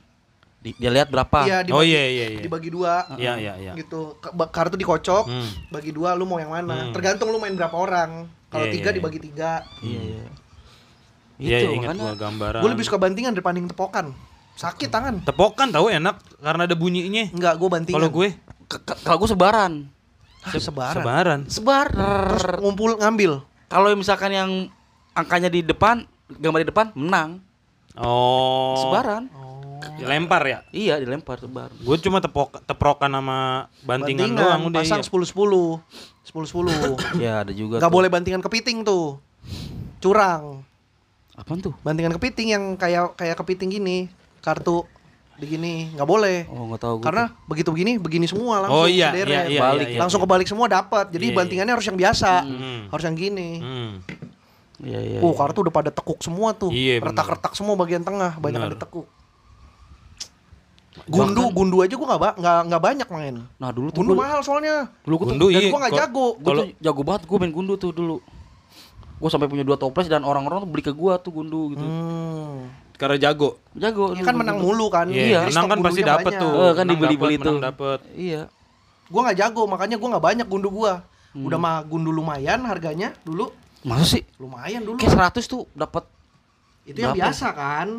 Di- dia lihat berapa?
Iya,
Oh iya iya iya.
Dibagi dua.
Iya iya iya.
Gitu. Ke- ba- Kartu dikocok,
Hmm.
bagi dua lu mau yang mana?
Hmm.
Tergantung lu main berapa orang. Kalau
Iya,
tiga
iya,
dibagi tiga.
Iya, iya.
Iya
Gitu,
ingat
makanya-
gua gambaran.
Gue lebih suka bantingan daripada tepokan. Sakit tangan.
Tepokan tahu enak karena ada bunyinya.
Enggak, gue bantingan.
Kalau gue
Ke- ke- Kalau gue sebaran.
Hah, sebaran.
sebaran.
Sebar.
Terus ngumpul ngambil.
Kalau misalkan yang angkanya di depan, gambar di depan menang.
Oh.
Sebaran.
Lempar ya.
Iya, dilempar sebar.
Gue cuma tepok teprokan sama bantingan, doang udah. iya.
pasang sepuluh sepuluh sepuluh sepuluh
Iya, ada juga.
nggak
tuh.
boleh bantingan kepiting tuh curang
Apaan tuh?
bantingan kepiting yang kayak kayak kepiting gini kartu begini nggak boleh
Oh, enggak tahu gua
karena begitu begini begini semua
Oh,
langsung
iya,
sederet.
iya, iya,
Balik.
iya, iya.
langsung kebalik semua dapat jadi
Iya,
bantingannya harus yang biasa
Hmm.
harus yang gini
Hmm.
tuh. Iya, iya.
Oh
iya.
kartu udah pada tekuk semua tuh
Iya, bener.
retak-retak semua bagian tengah banyak yang
Bener.
ditekuk gundu gundu aja gua nggak ba- nggak nggak banyak main
Nah, dulu tuh
gundu
gua-
mahal soalnya
Dulu gua tuh
Gundu
dan
iya.
gua nggak
Ko-
jago.
Gue
Kalau
tuh jago banget gue main gundu tuh dulu Gue sampai punya dua toples dan orang-orang tuh beli ke gue tuh gundu gitu
hmm.
karena jago.
Jago
kan menang mulu kan
Iya, menang
Jadi stok
kan pasti
gundunya
dapat
banyak.
tuh.
Eh, kan
Menang
dibeli-beli
dapet,
tuh.
menang dapet.
Iya
gua nggak jago makanya gua nggak banyak gundu gua
Hmm.
udah mah gundu lumayan harganya dulu
Masa sih?
lumayan dulu
Kayak 100 tuh dapat
itu yang
berapa?
biasa kan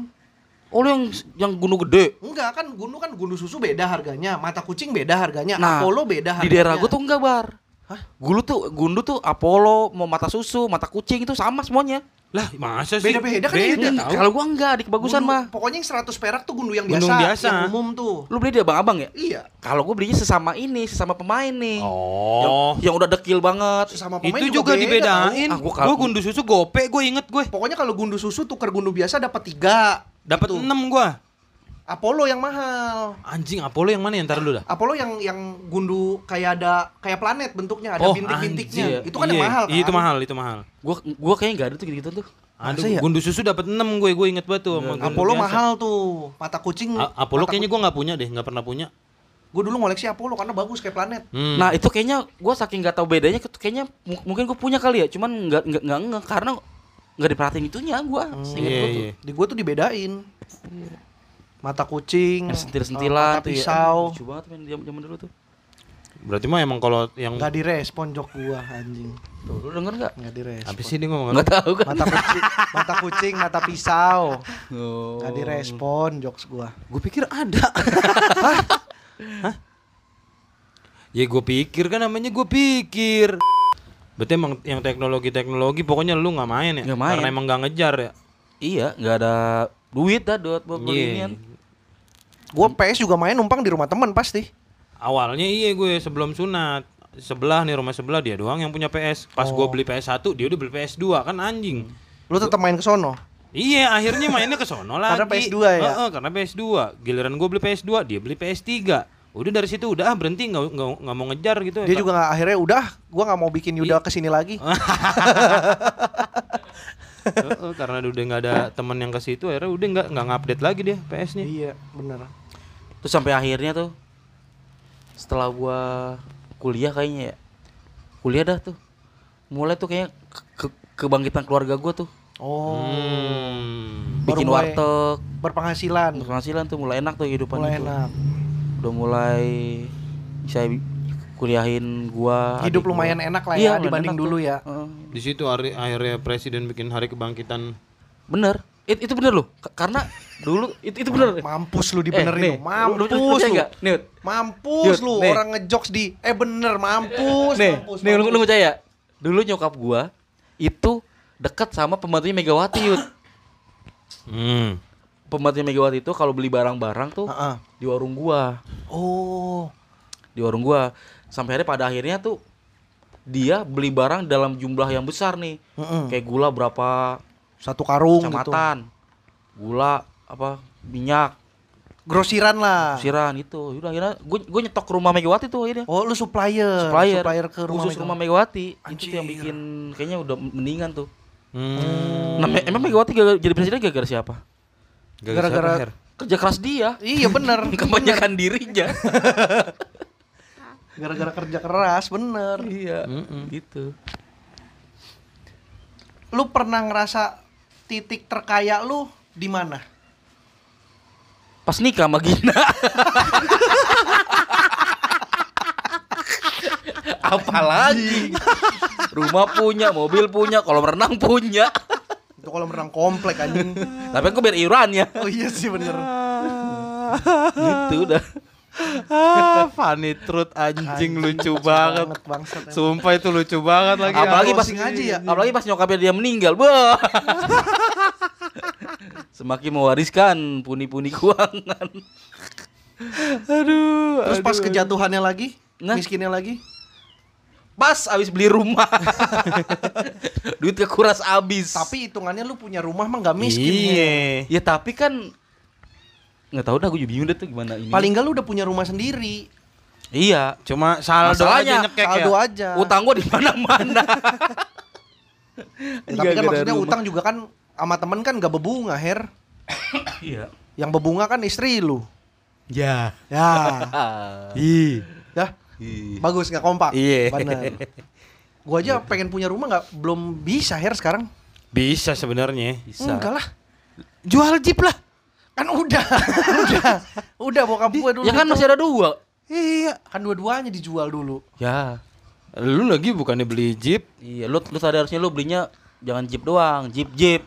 Oh lu yang, yang gundu gede
enggak kan gundu kan gundu susu beda harganya mata kucing beda harganya
Nah,
Apollo beda harganya
Di daerah gue tuh enggak bar Hah? Gulu tuh gundu tuh Apollo mau mata susu mata kucing itu sama semuanya
Lah, masa sih?
Beda-beda kan ya,
Beda
Yud?
tahu.
Kalau gue enggak di kebagusan
Gundu-
mah
pokoknya yang 100 perak tuh gundu yang biasa,
Gundu biasa.
yang umum tuh
Lu beli di abang-abang ya?
iya
Kalau gue belinya sesama ini sesama pemain nih yang,
Oh.
yang udah dekil banget
sama pemain
Itu juga dibedain.
tahu.
Gue
Ah, gua kagak.
gundu susu gope gue inget gue.
tahu. pokoknya kalau gundu susu tuker gundu biasa dapat tiga
Dapat
Gitu.
enam gue.
Apollo yang mahal
Anjing Apollo yang mana yang ntar dulu dah?
Apollo yang yang gundu kayak ada kayak planet bentuknya ada bintik-bintiknya.
anjing.
Itu kan
Oh,
yang
Iya,
mahal kan?
iya, Itu mahal, itu mahal.
Gue gua kayaknya enggak ada tuh gitu-gitu tuh
Aduh,
Masa ya? Nah,
gundu susu dapat 6 gue, gue inget banget tuh sama gundu
Apollo
biasa.
mahal tuh. Mata kucing.
A- Apollo
mata
kayaknya gue nggak punya deh, nggak pernah punya.
kucing. gue dulu ngoleksi Apollo karena bagus kayak planet
Hmm.
Nah itu kayaknya gue saking nggak tahu bedanya, ket- kayaknya mu- mungkin gue punya kali ya, cuman nggak nggak nggak nge- karena nggak diperhatiin itunya gue.
iya, iya.
di gue tuh dibedain mata kucing
Yang
eh,
sentil-sentilan
mata pisau
Ya. Lucu banget men zaman, zaman dulu tuh.
Berarti mah emang kalau yang
nggak direspon jok gua anjing
Tuh lu denger nggak?
nggak direspon
habis ini ngomong apa?
Nggak tahu kan?
mata kucing mata kucing mata pisau
Oh.
nggak direspon jokes gua
Gue pikir ada.
Ya gue pikir kan namanya gue pikir. Berarti emang yang teknologi-teknologi pokoknya lu nggak main ya?
Nggak main.
Karena emang nggak ngejar ya.
Iya nggak ada duit dah buat buat
Iya.
beginian.
gua PS juga main numpang di rumah temen pasti
Awalnya iya gue sebelum sunat sebelah nih rumah sebelah dia doang yang punya PS. Pas
Oh.
gue beli PS 1 dia udah beli PS 2 kan anjing.
lu tetap main ke sono
Iya akhirnya mainnya ke sono lagi.
Karena PS2 ya?
Heeh, karena PS2. Giliran gue beli PS2 dia beli PS3. Udah dari situ udah ah berhenti nggak nggak nggak mau ngejar gitu.
dia juga nggak akhirnya udah gua nggak mau bikin Yuda
Iya.
kesini lagi
Heeh, karena udah nggak ada teman yang ke situ akhirnya udah nggak nggak update lagi dia PS-nya.
iya bener
Terus sampai akhirnya tuh setelah gua kuliah kayaknya ya. Kuliah dah tuh. Mulai tuh kayaknya ke- ke- kebangkitan keluarga gua tuh.
oh
Hmm.
Baru
Bikin
mulai.
warteg,
berpenghasilan
penghasilan tuh mulai enak tuh kehidupan
Iya, mulai
itu.
enak
Udah mulai bisa kuliahin gua.
hidup
adik gua.
lumayan enak lah
Iya,
ya
lumayan
dibanding
enak
dulu
tuh.
ya
Heeh.
Di situ hari, akhirnya presiden bikin hari kebangkitan.
Bener. It- itu bener loh. Ka- karena dulu itu itu bener.
mampus lu dibenerin
Eh, nih,
lu.
lu- lu- lu
mampus lu,
percaya nggak? Nih, Ut.
mampus
Yud,
lu
nih.
orang ngejokes di eh bener mampus
Nih,
mampus,
nih lu,
mampus.
lu percaya? Dulu nyokap gua itu dekat sama pembantunya Megawati, Yud.
Hmm.
Pembantunya Megawati itu kalau beli barang-barang tuh
Heeh.
di warung gua,
oh
di warung gua. Sampai akhirnya pada akhirnya tuh dia beli barang dalam jumlah yang besar nih.
Mm-mm.
Kayak gula berapa
satu karung Hmm. gitu
kecamatan. Gula apa minyak,
grosiran lah
siran itu. Udah akhirnya gua, gua nyetok ke rumah Megawati tuh akhirnya.
Ah. Oh lu supplier,
Supplier,
ke rumah
khusus
Mega.
rumah Megawati. Itu
Anjir.
tuh yang bikin kayaknya udah mendingan tuh.
Hmm.
Nah, me- emang Megawati gara- jadi presiden gara-gara siapa?
Gara-gara-
siapa, Her?
Kerja keras dia.
Iya bener,
Kebanyakan dirinya.
gara-gara kerja keras bener.
iya. Gitu.
Lu pernah ngerasa titik terkaya lu di mana?
Pas nikah sama Gina. Apalagi rumah punya, mobil punya, kolam renang punya.
Itu kalau renang komplek anjing.
Tapi aku biar iurannya.
Oh iya sih bener.
Gitu udah.
Ah, funny truth anjing lucu banget.
bangsat. emang.
Sumpah itu lucu banget lagi.
Apalagi pas
closing aja ya.
Apalagi pas nyokapnya dia meninggal. Bah. Semakin mewariskan puni-puni keuangan.
Aduh.
Terus pas kejatuhannya lagi,
Nah.
miskinnya lagi.
Pas abis beli rumah. Duit kekuras abis.
Tapi hitungannya lu punya rumah mah nggak miskin. ya.
Iya.
Ya tapi kan nggak tahu dah gue juga bingung deh tuh gimana ini.
ya. Paling nggak lu udah punya rumah sendiri.
iya.
Cuma saldo
Masalahnya,
aja nyekek
Saldo
ya.
aja.
Utang gue di mana-mana.
Ya, tapi kan
Gara-gara
maksudnya
rumah.
utang juga kan sama temen kan nggak bebunga, Her.
Iya.
Yang bebunga kan istri lu.
Ya.
Ya.
Ah.
Ih.
Dah. Bagus nggak kompak.
Iya.
Bener. Gua aja pengen punya rumah nggak belum bisa her sekarang.
Bisa sebenarnya.
Bisa.
Enggak lah.
Jual jeep lah.
Kan udah. udah. Udah bokap gue dulu.
Ya kan
itu.
masih ada dua.
Iya.
kan dua-duanya dijual dulu.
Ya.
Lu lagi bukannya beli jeep?
Iya, lu lu tadi harusnya lu belinya jangan jeep doang, jeep jeep.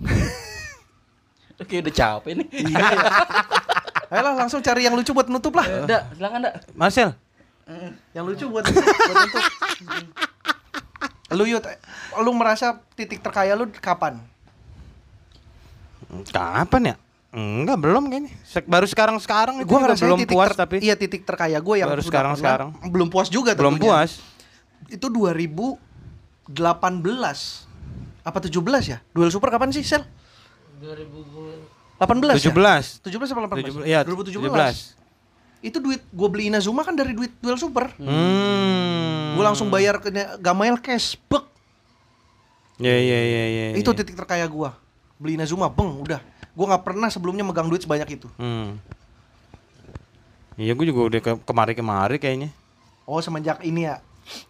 Oke, udah capek nih.
Ayolah langsung cari yang lucu buat nutup
Eh.
lah.
Dak, silakan Dak.
Marcel,
Yang lucu buat buat nutup. lu Yud, lu merasa titik terkaya lu kapan?
kapan ya? Enggak belum kayaknya. Se- baru sekarang sekarang
Gue ngerasa
belum
titik
puas
ter-
tapi
iya titik terkaya gue yang
Baru
udah
sekarang-sekarang.
pernah. belum puas juga
belum
tentunya.
puas.
itu 2018 apa 17 ya? Duel Super kapan sih, Sel? 2018
17.
17 ya? 17 apa
17,
18?
iya,
2017. Itu duit gue beli Inazuma kan dari duit Duel Super.
Hmm.
Gue langsung bayar ke Gamail cash, bek.
Ya ya ya ya. ya.
Itu titik terkaya gue. Beli Inazuma, beng, udah. Gue nggak pernah sebelumnya megang duit sebanyak itu.
Hmm. Iya gue juga udah ke- kemari-kemari kayaknya.
Oh semenjak ini ya.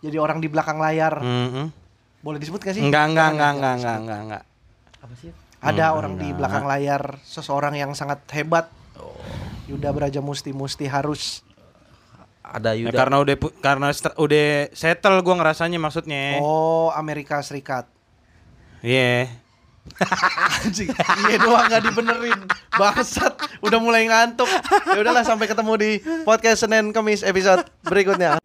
Jadi orang di belakang layar.
Mm-mm.
Boleh disebut gak sih?
Enggak, enggak, enggak,
Jangan, jangan
enggak,
disebut.
enggak, enggak, enggak.
Ada
Hmm,
orang di
enggak.
belakang layar seseorang yang sangat hebat.
Oh.
Yuda Braja Musti Musti harus.
Ada
Ya,
Yuda.
karena udah pu- karena stre- udah settle gue ngerasanya maksudnya.
Oh Amerika Serikat.
Iya.
Anjing, iya doang gak dibenerin. Bangsat, udah mulai ngantuk. Ya udahlah sampai ketemu di podcast Senin Kamis episode berikutnya.